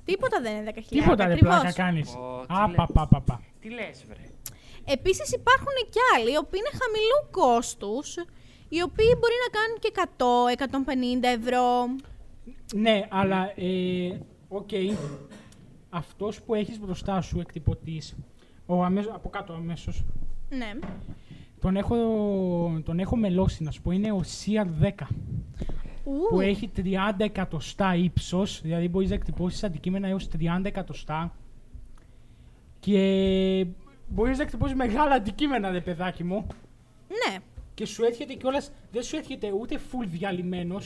[SPEAKER 2] Τίποτα δεν είναι 10.000.
[SPEAKER 1] Τίποτα δεν πλάκα κάνεις.
[SPEAKER 3] Ω, τι λες.
[SPEAKER 1] Απαπαπαπα.
[SPEAKER 3] Τι λες, βρε.
[SPEAKER 2] Επίσης υπάρχουν και άλλοι, οι οποίοι είναι χαμηλού κόστους, οι οποίοι μπορεί να κάνουν και 100, 150 ευρώ.
[SPEAKER 1] Ναι, αλλά. ε, Οκ. Αυτός που έχεις μπροστά σου, εκτυπωτής, από κάτω αμέσως,
[SPEAKER 2] Ναι.
[SPEAKER 1] τον έχω, τον έχω μελώσει να σου πω. Είναι ο CR10.
[SPEAKER 2] Ου.
[SPEAKER 1] που έχει 30 εκατοστά ύψος, δηλαδή μπορείς να εκτυπώσεις αντικείμενα έως 30 εκατοστά. Και μπορείς να εκτυπώσεις μεγάλα αντικείμενα, ρε παιδάκι μου.
[SPEAKER 2] Ναι.
[SPEAKER 1] Και σου έρχεται κιόλας, δεν σου έρχεται ούτε full διαλυμένος,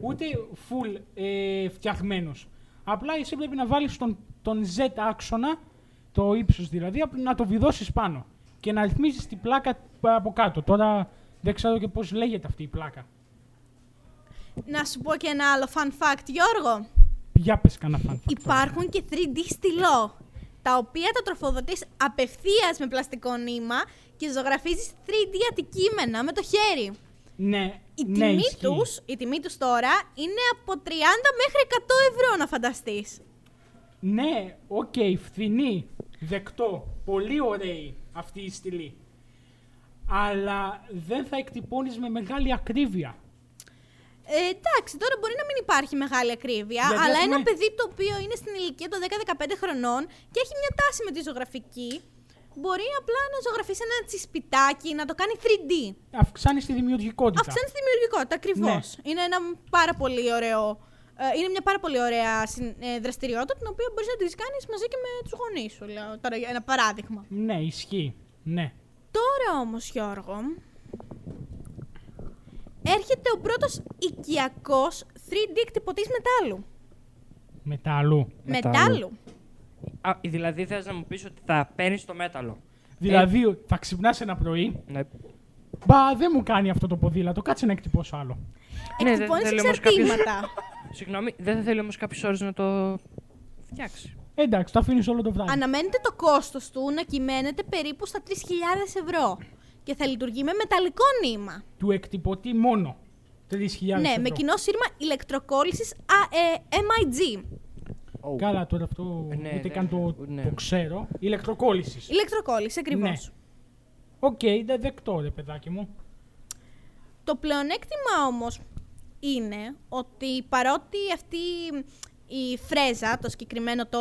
[SPEAKER 1] ούτε full ε, φτιαγμένος. Απλά εσύ πρέπει να βάλεις τον, τον Z άξονα, το ύψος δηλαδή, απ- να το βιδώσεις πάνω και να ρυθμίζεις την πλάκα από κάτω. Τώρα δεν ξέρω και πώς λέγεται αυτή η πλάκα.
[SPEAKER 2] Να σου πω και ένα άλλο fun fact, Γιώργο.
[SPEAKER 1] Για πες κανένα φαν.
[SPEAKER 2] Υπάρχουν και 3D στυλό, τα οποία τα τροφοδοτείς απευθείας με πλαστικό νήμα και ζωγραφίζεις 3D αντικείμενα με το χέρι.
[SPEAKER 1] Ναι,
[SPEAKER 2] Η,
[SPEAKER 1] ναι,
[SPEAKER 2] τιμή
[SPEAKER 1] ισχύει.
[SPEAKER 2] τους, η τιμή τους τώρα είναι από 30 μέχρι 100 ευρώ να φανταστείς.
[SPEAKER 1] Ναι, οκ, φθηνή, δεκτό, πολύ ωραίοι αυτή η στυλή. Αλλά δεν θα εκτυπώνεις με μεγάλη ακρίβεια.
[SPEAKER 2] Ε, εντάξει, τώρα μπορεί να μην υπάρχει μεγάλη ακρίβεια,
[SPEAKER 1] Γιατί,
[SPEAKER 2] αλλά
[SPEAKER 1] ας πούμε-
[SPEAKER 2] ένα παιδί το οποίο είναι στην ηλικία των 10-15 χρονών και έχει μια τάση με τη ζωγραφική, μπορεί απλά να ζωγραφίσει ένα τσισπιτάκι, να το κάνει 3D.
[SPEAKER 1] Αυξάνεις τη δημιουργικότητα.
[SPEAKER 2] Αυξάνεις τη δημιουργικότητα, ακριβώς. Είναι ένα πάρα πολύ ωραίο. ε, είναι μια πάρα πολύ ωραία συν- ε, δραστηριότητα την οποία μπορείς να τη κάνεις μαζί και με τους γονείς σου. Λέω τώρα για ένα παράδειγμα.
[SPEAKER 1] Ναι, ισχύει. Ναι.
[SPEAKER 2] Τώρα όμως, Γιώργο, έρχεται ο πρώτος οικιακός 3D εκτυπωτής μετάλλου.
[SPEAKER 1] Μετά
[SPEAKER 2] Ε.
[SPEAKER 1] αλλού.
[SPEAKER 4] Μετάλλου.
[SPEAKER 2] Μετάλλου.
[SPEAKER 3] Α, δηλαδή θες να μου πεις ότι θα παίρνεις το μέταλλο.
[SPEAKER 1] Δηλαδή, θα ξυπνάς ένα πρωί.
[SPEAKER 3] Ναι.
[SPEAKER 1] Μπα, δεν μου κάνει αυτό το ποδήλατο. Κάτσε να εκτυπώσω άλλο.
[SPEAKER 3] Ναι, δεν
[SPEAKER 2] Εκτυπώνεις
[SPEAKER 3] θέλει όμως κάποιος-
[SPEAKER 2] εξαρτήματα.
[SPEAKER 3] Συγγνώμη, δεν θα θέλει όμως κάποιες ώρες να το φτιάξει.
[SPEAKER 1] Εντάξει, το αφήνεις όλο το βράδυ.
[SPEAKER 2] Αναμένεται το κόστος του να κυμαίνεται περίπου στα 3.000 ευρώ και θα λειτουργεί με μεταλλικό νήμα.
[SPEAKER 1] Του εκτυπωτή μόνο. 3.000
[SPEAKER 2] Ναι,
[SPEAKER 1] ευρώ.
[SPEAKER 2] με κοινό σύρμα ηλεκτροκόλλησης α, ε, MIG.
[SPEAKER 1] Καλά, τώρα αυτό
[SPEAKER 3] Ναι,
[SPEAKER 1] ούτε
[SPEAKER 3] δεν-
[SPEAKER 1] καν το,
[SPEAKER 3] ναι.
[SPEAKER 1] το ξέρω. Ηλεκτροκόλλησης.
[SPEAKER 2] Ηλεκτροκόλληση, ακριβώς.
[SPEAKER 1] Ναι. Οκ, δεν δεκτό, ρε παιδάκι μου.
[SPEAKER 2] Το πλεονέκτημα όμως είναι ότι παρότι αυτή η φρέζα, το συγκεκριμένο το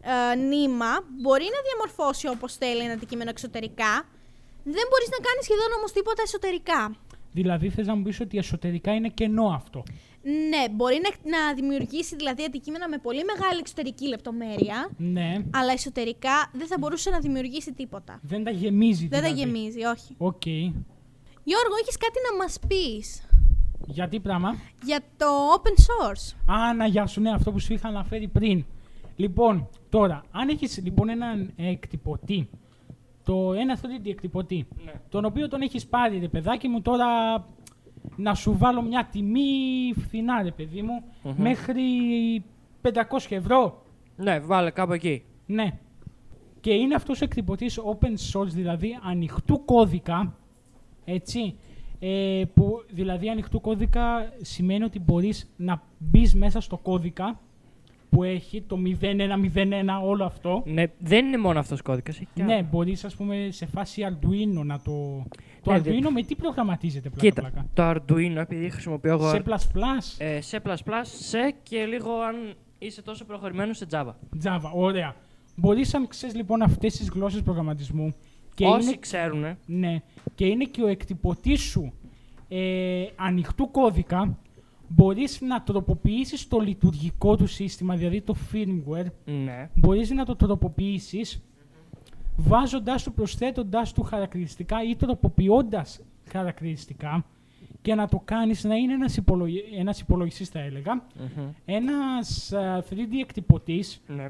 [SPEAKER 2] ε, νήμα, μπορεί να διαμορφώσει όπως θέλει ένα αντικείμενο εξωτερικά, δεν μπορείς να κάνεις σχεδόν όμως τίποτα εσωτερικά.
[SPEAKER 1] Δηλαδή, θες να μου πεις ότι εσωτερικά είναι κενό αυτό.
[SPEAKER 2] Ναι, μπορεί να, να δημιουργήσει δηλαδή αντικείμενα με πολύ μεγάλη εξωτερική λεπτομέρεια,
[SPEAKER 1] Ναι.
[SPEAKER 2] αλλά εσωτερικά δεν θα μπορούσε να δημιουργήσει τίποτα.
[SPEAKER 1] Δεν τα γεμίζει,
[SPEAKER 2] Δεν τα
[SPEAKER 1] δηλαδή.
[SPEAKER 2] γεμίζει, όχι.
[SPEAKER 1] Οκ.
[SPEAKER 2] Γιώργο, έχεις κάτι να μας πεις
[SPEAKER 1] Για τι πράγμα.
[SPEAKER 2] για το open source.
[SPEAKER 1] Α, να γεια σου, ναι, αυτό που σου είχα αναφέρει πριν. Λοιπόν, τώρα, αν έχεις λοιπόν έναν ε, εκτυπωτή, το, ένα 3D εκτυπωτή,
[SPEAKER 3] Ναι.
[SPEAKER 1] τον οποίο τον έχεις πάρει, ρε παιδάκι μου, τώρα να σου βάλω μια τιμή φθηνά, ρε παιδί μου, μέχρι 500 ευρώ.
[SPEAKER 3] Ναι, βάλε κάπου εκεί.
[SPEAKER 1] Ναι. Και είναι αυτός ο εκτυπωτής open source, δηλαδή ανοιχτού κώδικα, έτσι, ε, που δηλαδή ανοιχτού κώδικα σημαίνει ότι μπορείς να μπεις μέσα στο κώδικα που έχει το 0101 όλο αυτό.
[SPEAKER 3] Ναι, δεν είναι μόνο αυτός ο κώδικας. έχει κι άλλα.
[SPEAKER 1] Ναι, μπορείς ας πούμε σε φάση Arduino να το... Το
[SPEAKER 3] Ναι,
[SPEAKER 1] Arduino με τι προγραμματίζεται πλάκα
[SPEAKER 3] Κοίτα,
[SPEAKER 1] πλάκα.
[SPEAKER 3] το Arduino επειδή χρησιμοποιώ εγώ
[SPEAKER 1] Σε C++,
[SPEAKER 3] ε, σε, C++, σε και λίγο αν είσαι τόσο προχωρημένος σε Java.
[SPEAKER 1] Java, ωραία. Μπορείς αν ξέρεις λοιπόν αυτές τις γλώσσες προγραμματισμού και
[SPEAKER 3] Όσοι
[SPEAKER 1] είναι
[SPEAKER 3] ξέρουν,
[SPEAKER 1] Ναι. Και είναι και ο εκτυπωτής σου ε, ανοιχτού κώδικα. Μπορείς να τροποποιήσεις το λειτουργικό του σύστημα, δηλαδή το firmware.
[SPEAKER 3] ναι.
[SPEAKER 1] Μπορείς να το τροποποιήσεις βάζοντάς του, προσθέτοντάς του χαρακτηριστικά ή τροποποιώντας χαρακτηριστικά και να το κάνεις να είναι ένας, υπολογι... ένας υπολογιστής, θα έλεγα, ένας α, 3D εκτυπωτής,
[SPEAKER 3] ναι.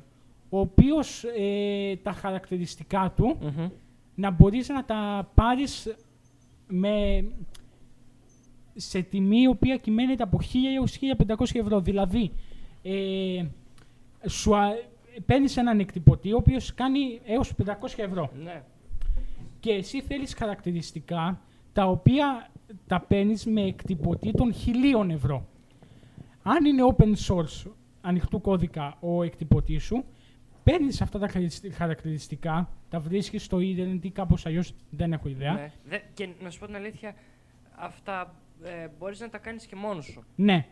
[SPEAKER 1] ο οποίος ε, τα χαρακτηριστικά του
[SPEAKER 3] Μμμ.
[SPEAKER 1] να μπορείς να τα πάρεις με σε τιμή η οποία κυμαίνεται από 1.000 έως 1.500 ευρώ. Δηλαδή, ε, σου α, παίρνεις έναν εκτυπωτή ο οποίος κάνει έως 500 ευρώ
[SPEAKER 3] ναι.
[SPEAKER 1] και εσύ θέλεις χαρακτηριστικά τα οποία τα παίρνεις με εκτυπωτή των 1.000 ευρώ. Αν είναι open source, ανοιχτού κώδικα ο εκτυπωτής σου, παίρνεις αυτά τα χαριστι- χαρακτηριστικά, τα βρίσκεις στο ίντερνετ ή κάπως αλλιώς, δεν έχω ιδέα.
[SPEAKER 3] ναι. Δε- και να σου πω την αλήθεια, αυτά ε, μπορείς να τα κάνεις και μόνος σου.
[SPEAKER 1] Ναι,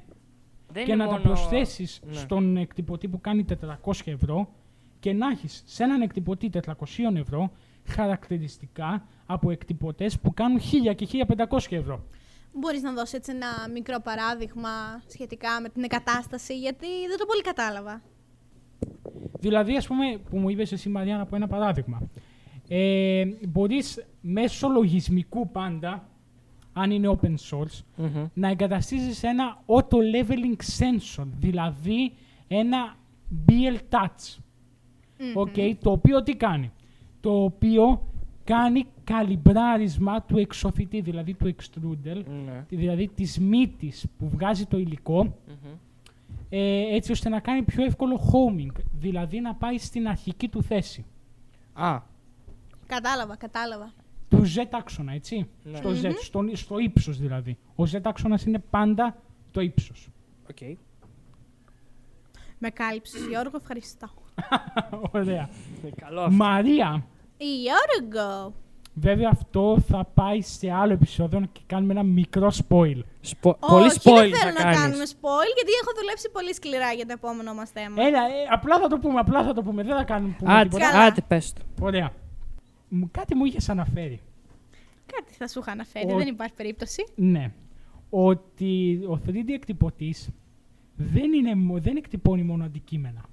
[SPEAKER 3] Δεν
[SPEAKER 1] και
[SPEAKER 3] είναι
[SPEAKER 1] να τα
[SPEAKER 3] μόνο-
[SPEAKER 1] προσθέσεις
[SPEAKER 3] ναι.
[SPEAKER 1] στον εκτυπωτή που κάνει 400 ευρώ και να έχεις σε έναν εκτυπωτή 400 ευρώ χαρακτηριστικά από εκτυπωτές που κάνουν 1.000 και 1.500 ευρώ.
[SPEAKER 2] Μπορείς να δώσεις έτσι ένα μικρό παράδειγμα σχετικά με την εγκατάσταση, γιατί δεν το πολύ κατάλαβα.
[SPEAKER 1] Δηλαδή, ας πούμε, που μου είπες εσύ, Μαριάννα, από ένα παράδειγμα. Ε, μπορείς μέσω λογισμικού πάντα, αν είναι open source, να εγκαταστήσεις ένα auto-leveling sensor, δηλαδή ένα BL touch, okay, το οποίο τι κάνει. Το οποίο κάνει καλυμπράρισμα του εξωθητή, δηλαδή του extruder,
[SPEAKER 3] Ναι.
[SPEAKER 1] δηλαδή της μύτης που βγάζει το υλικό,
[SPEAKER 3] Μμμ.
[SPEAKER 1] ε, έτσι ώστε να κάνει πιο εύκολο homing, δηλαδή να πάει στην αρχική του θέση.
[SPEAKER 3] Α,
[SPEAKER 2] Κατάλαβα, κατάλαβα.
[SPEAKER 1] Του Z άξονα, έτσι.
[SPEAKER 3] Ναι.
[SPEAKER 1] Στο Z, στο, στο ύψος δηλαδή. Ο Z άξονα είναι πάντα το ύψος.
[SPEAKER 3] οκ. [LAUGHS]
[SPEAKER 2] Με κάλυψες, Γιώργο, ευχαριστώ.
[SPEAKER 1] [LAUGHS] Ωραία.
[SPEAKER 3] Καλό αυτό.
[SPEAKER 1] Μαρία,
[SPEAKER 2] Γιώργο!
[SPEAKER 1] βέβαια αυτό θα πάει σε άλλο επεισόδιο και κάνουμε ένα μικρό spoil.
[SPEAKER 3] Σπο- πολύ spoil
[SPEAKER 2] δεν
[SPEAKER 3] θα
[SPEAKER 2] θέλω να
[SPEAKER 3] κάνεις.
[SPEAKER 2] κάνουμε spoil, γιατί έχω δουλέψει πολύ σκληρά για το επόμενο μας θέμα.
[SPEAKER 1] Έλα, ε, απλά θα το πούμε, απλά θα το πούμε. Δεν θα κάνουμε πούμε
[SPEAKER 3] Άντε,
[SPEAKER 1] τίποτα.
[SPEAKER 2] Καλά.
[SPEAKER 3] άντε πες το.
[SPEAKER 1] Ωραία. Μου- Κάτι μου είχες αναφέρει.
[SPEAKER 2] Κάτι θα σου είχα αναφέρει,
[SPEAKER 1] Ο-
[SPEAKER 2] δεν υπάρχει περίπτωση.
[SPEAKER 1] Ναι. Ότι ο 3D εκτυπωτής δεν, είναι, μο- δεν εκτυπώνει μόνο αντικείμενα.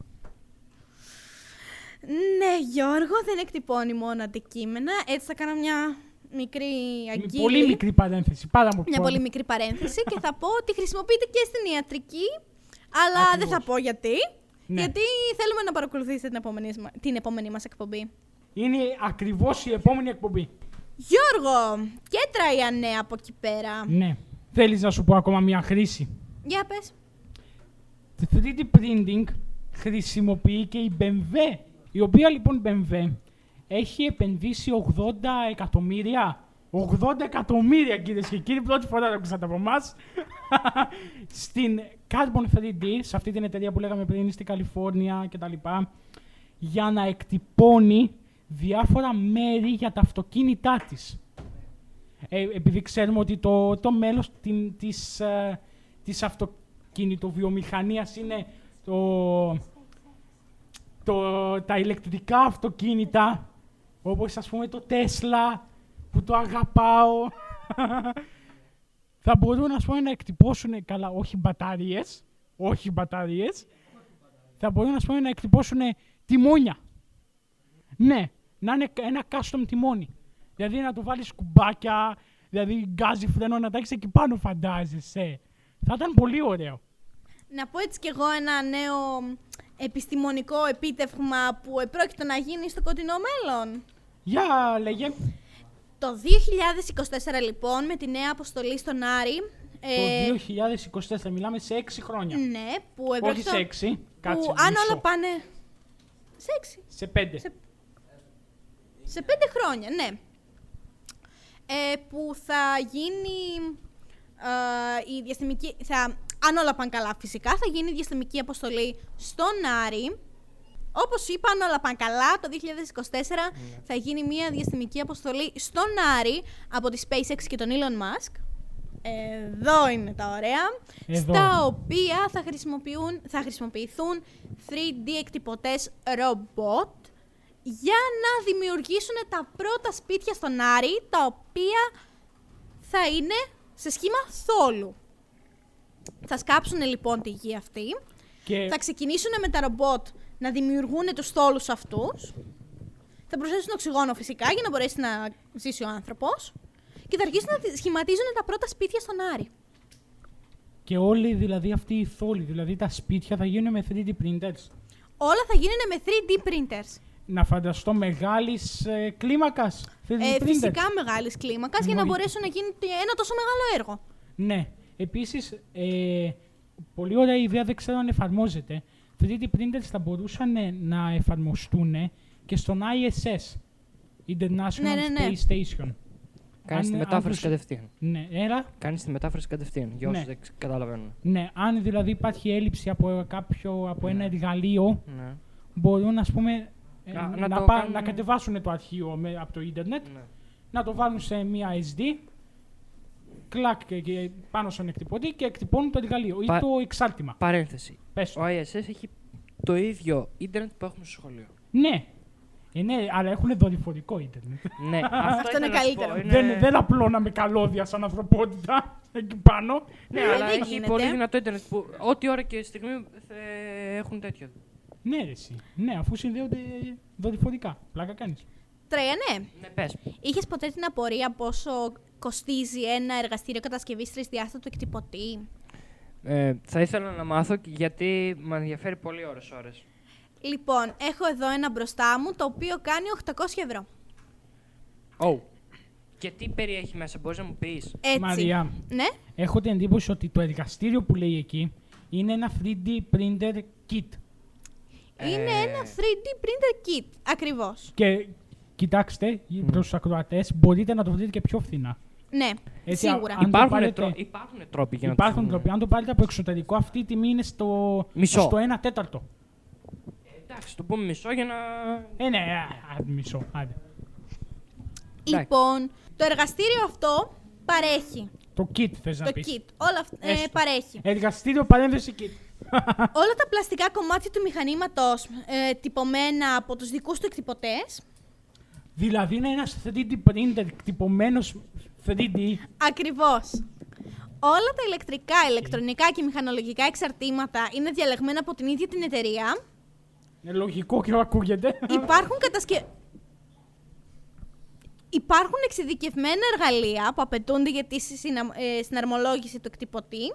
[SPEAKER 2] Ναι, Γιώργο, δεν εκτυπώνει μόνο αντικείμενα. Έτσι θα κάνω μια μικρή
[SPEAKER 1] Είναι
[SPEAKER 2] αγγίλη.
[SPEAKER 1] Πολύ μικρή παρένθεση. Πάρα μου
[SPEAKER 2] Μια πολύ μικρή παρένθεση και θα πω ότι χρησιμοποιείται και στην ιατρική, αλλά δεν θα πω γιατί.
[SPEAKER 1] Ναι.
[SPEAKER 2] Γιατί θέλουμε να παρακολουθήσετε την επόμενή, σμα- την επόμενή μας εκπομπή.
[SPEAKER 1] Είναι ακριβώς η επόμενη εκπομπή.
[SPEAKER 2] Γιώργο, και τραϊανέ από εκεί πέρα.
[SPEAKER 1] Ναι. Θέλεις να σου πω ακόμα μια χρήση.
[SPEAKER 2] Για πες.
[SPEAKER 1] Το 3D printing χρησιμοποιεί και η BMW, η οποία λοιπόν BMW έχει επενδύσει 80 εκατομμύρια. 80 εκατομμύρια κυρίες και κύριοι, πρώτη φορά το ακούσατε από εμάς. [LAUGHS] στην Carbon 3D, σε αυτή την εταιρεία που λέγαμε πριν, στη Καλιφόρνια κτλ. Για να εκτυπώνει διάφορα μέρη για τα αυτοκίνητά της. Ε, επειδή ξέρουμε ότι το, το μέλος την, της, ε, της αυτοκινητοβιομηχανίας είναι το, το, τα ηλεκτρικά αυτοκίνητα, όπως ας πούμε το Τέσλα, που το αγαπάω, [LAUGHS] θα μπορούν ας πούμε να εκτυπώσουν, καλά όχι μπαταρίες, όχι μπαταρίες, θα μπορούν ας πούμε να εκτυπώσουν τιμόνια. Ναι, να είναι ένα custom τιμόνι. Δηλαδή να του βάλεις κουμπάκια, δηλαδή γκάζι φρένο να τα έχεις εκεί πάνω, φαντάζεσαι. Θα ήταν πολύ ωραίο.
[SPEAKER 2] Να πω έτσι κι εγώ ένα νέο επιστημονικό επίτευγμα που επρόκειτο να γίνει στο κοντινό μέλλον.
[SPEAKER 1] Για λέγε.
[SPEAKER 2] Το 2024 λοιπόν με τη νέα αποστολή στον Άρη. ε,
[SPEAKER 1] Το 2024, μιλάμε σε 6 χρόνια.
[SPEAKER 2] ναι, που
[SPEAKER 1] Όχι
[SPEAKER 2] επρόκειτο...
[SPEAKER 1] σε 6, κάτσε.
[SPEAKER 2] που αν
[SPEAKER 1] μισό.
[SPEAKER 2] όλα πάνε... Σε έξι.
[SPEAKER 1] Σε 5.
[SPEAKER 2] σε- Σε πέντε χρόνια, ναι. Ε, που θα γίνει ε, η διαστημική... Θα, αν όλα πάνε καλά φυσικά, θα γίνει η διαστημική αποστολή στον Άρη. Όπως είπα, αν όλα πάνε καλά, το 2024 θα γίνει μια διαστημική αποστολή στον Άρη από τη SpaceX και τον Elon Musk. Εδώ είναι τα ωραία.
[SPEAKER 1] Εδώ.
[SPEAKER 2] Στα οποία θα, χρησιμοποιούν, θα χρησιμοποιηθούν 3D εκτυπωτές ρομπότ για να δημιουργήσουν τα πρώτα σπίτια στον Άρη, τα οποία θα είναι σε σχήμα θόλου. Θα σκάψουν λοιπόν τη γη αυτή,
[SPEAKER 1] Και
[SPEAKER 2] θα ξεκινήσουν με τα ρομπότ να δημιουργούν τους θόλους αυτούς, θα προσθέσουν οξυγόνο φυσικά για να μπορέσει να ζήσει ο άνθρωπος και θα αρχίσουν να σχηματίζουν τα πρώτα σπίτια στον Άρη.
[SPEAKER 1] και όλοι δηλαδή αυτοί οι θόλοι, δηλαδή τα σπίτια θα γίνουν με 3D printers.
[SPEAKER 2] Όλα θα γίνουν με 3D printers.
[SPEAKER 1] Να φανταστώ μεγάλης ε, κλίμακας. 3D
[SPEAKER 2] Ε,
[SPEAKER 1] printers.
[SPEAKER 2] φυσικά μεγάλης κλίμακας για να
[SPEAKER 1] Εννοείται.
[SPEAKER 2] μπορέσουν να γίνει ένα τόσο μεγάλο έργο.
[SPEAKER 1] Ναι. Επίσης, ε, πολύ ωραία ιδέα, δεν ξέρω αν εφαρμόζεται. 3D printers θα μπορούσαν ε, να εφαρμοστούν και στον ISS, International
[SPEAKER 2] Ναι, ναι, ναι.
[SPEAKER 1] Space Station.
[SPEAKER 3] Κάνεις
[SPEAKER 1] Αν-
[SPEAKER 3] τη
[SPEAKER 1] αν
[SPEAKER 3] μετάφραση
[SPEAKER 1] τους-
[SPEAKER 3] κατευθείαν.
[SPEAKER 1] Ναι, έλα.
[SPEAKER 3] Κάνεις τη μετάφραση κατευθείαν, για όσους
[SPEAKER 1] Ναι.
[SPEAKER 3] δεν ξε- καταλαβαίνουν.
[SPEAKER 1] Ναι, αν δηλαδή υπάρχει έλλειψη από, κάποιο, από ένα εργαλείο,
[SPEAKER 3] Ναι.
[SPEAKER 1] μπορούν ας πούμε, ε,
[SPEAKER 3] Να-
[SPEAKER 1] να,
[SPEAKER 3] να το
[SPEAKER 1] πά-
[SPEAKER 3] κάνουν-
[SPEAKER 1] να κατεβάσουν το αρχείο με, από το ίντερνετ,
[SPEAKER 3] Ναι.
[SPEAKER 1] να το βάλουν σε μία SD, κλακ και- και πάνω στον εκτυπωτή και εκτυπώνουν το εργαλείο ή
[SPEAKER 3] Πα-
[SPEAKER 1] το εξάρτημα.
[SPEAKER 3] Παρένθεση.
[SPEAKER 1] Πες το.
[SPEAKER 3] Ο ISS έχει το ίδιο ίντερνετ που έχουμε στο σχολείο.
[SPEAKER 1] Ναι. Ε, ναι, αλλά έχουν δορυφορικό ίντερνετ.
[SPEAKER 3] ναι, αυτό,
[SPEAKER 2] Αυτό είναι
[SPEAKER 3] ήθελα να σου
[SPEAKER 2] καλύτερο.
[SPEAKER 3] πω, είναι-
[SPEAKER 1] Δεν, δεν απλώναμε καλώδια σαν ανθρωπότητα [LAUGHS] εκεί πάνω.
[SPEAKER 3] Ναι,
[SPEAKER 2] Ναι,
[SPEAKER 3] αλλά
[SPEAKER 2] δεν
[SPEAKER 3] έχει
[SPEAKER 2] γίνεται.
[SPEAKER 3] πολύ δυνατό ίντερνετ που ό,τι ώρα και στιγμή ε, έχουν τέτοιο.
[SPEAKER 1] Ναι, ρε, εσύ. Ναι, αφού συνδέονται δορυφορικά. Πλάκα κάνεις.
[SPEAKER 2] Τρέα, ναι.
[SPEAKER 3] Ναι, πες.
[SPEAKER 2] Είχες ποτέ την απορία πόσο κοστίζει ένα εργαστήριο κατασκευής τρισδιάστατου εκτυπωτή.
[SPEAKER 3] Ε, θα ήθελα να μάθω γιατί με ενδιαφέρει πολύ ώρε-ώρε.
[SPEAKER 2] Λοιπόν, έχω εδώ ένα μπροστά μου το οποίο κάνει 800 ευρώ.
[SPEAKER 3] Oh. Και τι περιέχει μέσα, μπορείς να μου πεις.
[SPEAKER 2] Έτσι.
[SPEAKER 1] Μαρία.
[SPEAKER 2] Ναι.
[SPEAKER 1] Έχω την εντύπωση ότι το εργαστήριο που λέει εκεί είναι ένα 3D printer kit.
[SPEAKER 2] Είναι
[SPEAKER 3] Ε.
[SPEAKER 2] ένα 3D printer kit. Ακριβώς.
[SPEAKER 1] Και κοιτάξτε, προς τους ακροατές, μπορείτε να το βρείτε και πιο φθηνά.
[SPEAKER 2] Ναι,
[SPEAKER 1] Έτσι,
[SPEAKER 2] σίγουρα.
[SPEAKER 1] αν- το πάρετε-
[SPEAKER 3] Υπάρχουν, τρο... υπάρχουν τρόποι για
[SPEAKER 1] Υπάρχουν
[SPEAKER 3] να το
[SPEAKER 1] τρόποι. Αν το πάρετε από εξωτερικό, αυτή η τιμή είναι στο,
[SPEAKER 3] Μισό.
[SPEAKER 1] στο 1 τέταρτο.
[SPEAKER 3] Εντάξει, το πούμε μισό για να.
[SPEAKER 1] Ε, ναι, α, α, μισό. Άντε.
[SPEAKER 2] Λοιπόν, το εργαστήριο αυτό παρέχει.
[SPEAKER 1] Το kit θες να
[SPEAKER 2] Το
[SPEAKER 1] πεις.
[SPEAKER 2] kit. Όλα αυτά ε,
[SPEAKER 1] Έστω.
[SPEAKER 2] παρέχει.
[SPEAKER 1] Εργαστήριο παρένθεση kit.
[SPEAKER 2] Όλα τα πλαστικά κομμάτια του μηχανήματος ε, τυπωμένα από τους δικούς του εκτυπωτές.
[SPEAKER 1] [LAUGHS] δηλαδή είναι ένας 3D printer τυπωμένος 3D.
[SPEAKER 2] Ακριβώς. Όλα τα ηλεκτρικά, ηλεκτρονικά και μηχανολογικά εξαρτήματα είναι διαλεγμένα από την ίδια την εταιρεία.
[SPEAKER 1] Ε, λογικό και ακούγεται.
[SPEAKER 2] Υπάρχουν κατασκε... Υπάρχουν εξειδικευμένα εργαλεία που απαιτούνται για τη συνα- ε, συναρμολόγηση του εκτυπωτή.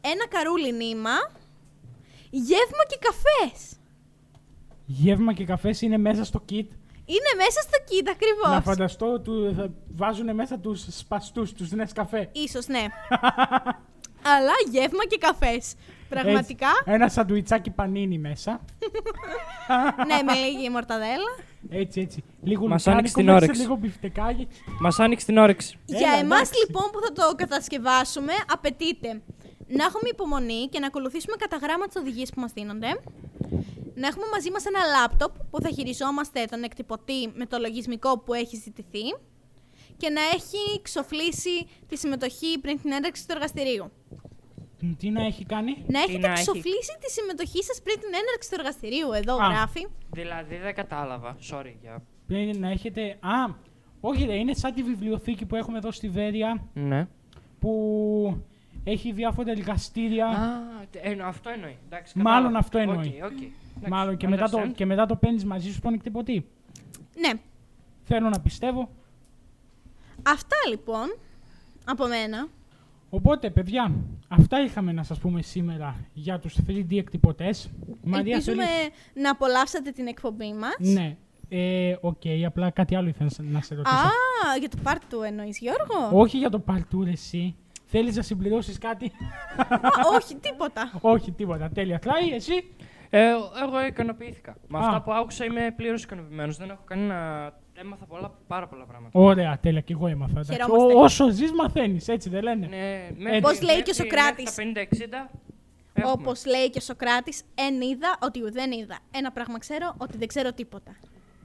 [SPEAKER 2] Ένα καρούλι νήμα. Γεύμα και καφές.
[SPEAKER 1] Γεύμα και καφές είναι μέσα στο kit.
[SPEAKER 2] Είναι μέσα στο kit
[SPEAKER 1] Να
[SPEAKER 2] ακριβώς.
[SPEAKER 1] φανταστώ, του, θα βάζουν μέσα τους σπαστούς, τους νες καφέ.
[SPEAKER 2] Ίσως, ναι. [LAUGHS] Αλλά γεύμα και καφές. Πραγματικά.
[SPEAKER 1] Έτσι, ένα σαντουιτσάκι πανίνι μέσα.
[SPEAKER 2] ναι, με λίγη μορταδέλα.
[SPEAKER 1] Έτσι, έτσι. Λίγο
[SPEAKER 3] Μας
[SPEAKER 1] λουκάνικο
[SPEAKER 3] άνοιξε την
[SPEAKER 1] μέσα,
[SPEAKER 3] όρεξη.
[SPEAKER 1] Λίγο μπιφτεκάκι.
[SPEAKER 3] Μας άνοιξε την όρεξη.
[SPEAKER 1] Έλα,
[SPEAKER 2] Για εμάς
[SPEAKER 1] εντάξει.
[SPEAKER 2] λοιπόν που θα το κατασκευάσουμε, απαιτείται να έχουμε υπομονή και να ακολουθήσουμε κατά γράμμα τις οδηγίες που μας δίνονται. Να έχουμε μαζί μας ένα λάπτοπ που θα χειριζόμαστε τον εκτυπωτή με το λογισμικό που έχει ζητηθεί και να έχει ξοφλήσει τη συμμετοχή πριν την ένταξη του εργαστηρίου.
[SPEAKER 1] Τι να έχει κάνει.
[SPEAKER 2] Να
[SPEAKER 3] Τι να
[SPEAKER 2] έχετε
[SPEAKER 3] έχει.
[SPEAKER 2] ξοφλήσει τη συμμετοχή σας πριν την έναρξη του εργαστηρίου. Εδώ
[SPEAKER 1] Α.
[SPEAKER 2] γράφει.
[SPEAKER 3] Δηλαδή δεν κατάλαβα. Sorry για.
[SPEAKER 1] Πρέπει να έχετε. Α, όχι, ρε, είναι σαν τη βιβλιοθήκη που έχουμε εδώ στη Βέρεια
[SPEAKER 3] Ναι.
[SPEAKER 1] που έχει διάφορα εργαστήρια.
[SPEAKER 3] Α, τε- εννο- αυτό εννοεί. Εντάξει,
[SPEAKER 1] Μάλλον
[SPEAKER 3] κατάλαβα.
[SPEAKER 1] αυτό εννοεί.
[SPEAKER 3] Οκ, οκ. Εντάξει,
[SPEAKER 1] μάλλον και μετά, το,
[SPEAKER 3] understand.
[SPEAKER 1] και μετά το παίρνει μαζί σου στον εκτυπωτή.
[SPEAKER 2] Ναι.
[SPEAKER 1] Θέλω να πιστεύω.
[SPEAKER 2] Αυτά λοιπόν από μένα.
[SPEAKER 1] Οπότε, παιδιά, αυτά είχαμε να σας πούμε σήμερα για τους 3D εκτυπωτές. Μαρία,
[SPEAKER 2] Ελπίζουμε
[SPEAKER 1] θέλεις-
[SPEAKER 2] να απολαύσατε την εκπομπή μας.
[SPEAKER 1] Ναι. Ε, οκ, απλά κάτι άλλο ήθελα να σε ρωτήσω.
[SPEAKER 2] Α, για το πάρτι του εννοείς, Γιώργο.
[SPEAKER 1] Όχι για το παλτούρ εσύ. Θέλεις να συμπληρώσεις
[SPEAKER 2] [LAUGHS]
[SPEAKER 1] κάτι.
[SPEAKER 2] Α, όχι, τίποτα.
[SPEAKER 1] Όχι, τίποτα. Τέλεια. Κλάι, εσύ.
[SPEAKER 3] Ε, εγώ ικανοποιήθηκα. Με
[SPEAKER 1] Α.
[SPEAKER 3] αυτά που άκουσα είμαι πλήρως ικανοποιημένος. Δεν έχω κανένα. Έμαθα πολλά, πάρα πολλά πράγματα.
[SPEAKER 1] Ωραία, τέλεια. Και εγώ έμαθα. εντάξει.
[SPEAKER 2] Χαιρόμαστε.
[SPEAKER 1] Ό- όσο ζεις μαθαίνεις, έτσι δεν λένε.
[SPEAKER 3] Ναι,
[SPEAKER 2] Πώς λέει και ο Σωκράτης.
[SPEAKER 3] μέχρι Τα 50-60.
[SPEAKER 2] Όπω
[SPEAKER 3] έχουμε.
[SPEAKER 2] λέει και ο Σοκράτης, εν είδα ότι ουδέν είδα. Ένα πράγμα ξέρω ότι δεν ξέρω τίποτα.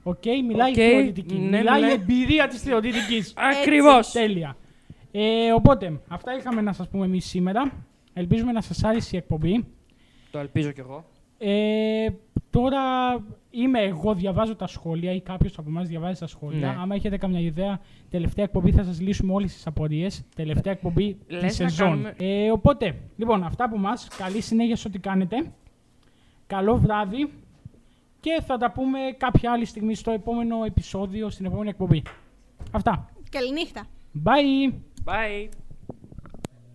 [SPEAKER 1] Οκ, μιλάει
[SPEAKER 3] Οκ,
[SPEAKER 1] η θεωρητική.
[SPEAKER 3] ναι,
[SPEAKER 1] μιλάει η
[SPEAKER 3] μιλάει.
[SPEAKER 1] εμπειρία της θεωρητικής.
[SPEAKER 3] Ακριβώς.
[SPEAKER 1] Τέλεια. Ε, οπότε, αυτά είχαμε να σας πούμε εμείς σήμερα. Ελπίζουμε να σας άρεσε η εκπομπή.
[SPEAKER 3] Το ελπίζω κι εγώ.
[SPEAKER 1] Ε, τώρα είμαι εγώ, διαβάζω τα σχόλια ή κάποιος από εμάς διαβάζει τα σχόλια.
[SPEAKER 3] Ναι.
[SPEAKER 1] Άμα έχετε καμιά ιδέα, τελευταία εκπομπή θα σας λύσουμε όλες τις απορίες. Τελευταία εκπομπή
[SPEAKER 3] Ε, Λες
[SPEAKER 1] τη
[SPEAKER 3] να
[SPEAKER 1] σεζόν.
[SPEAKER 3] κάνουμε-
[SPEAKER 1] Ε, οπότε, λοιπόν, αυτά από εμάς. Καλή συνέχεια σε ό,τι κάνετε. Καλό βράδυ. Και θα τα πούμε κάποια άλλη στιγμή στο επόμενο επεισόδιο, στην επόμενη εκπομπή. Αυτά.
[SPEAKER 2] Καληνύχτα.
[SPEAKER 1] Bye!
[SPEAKER 3] Bye.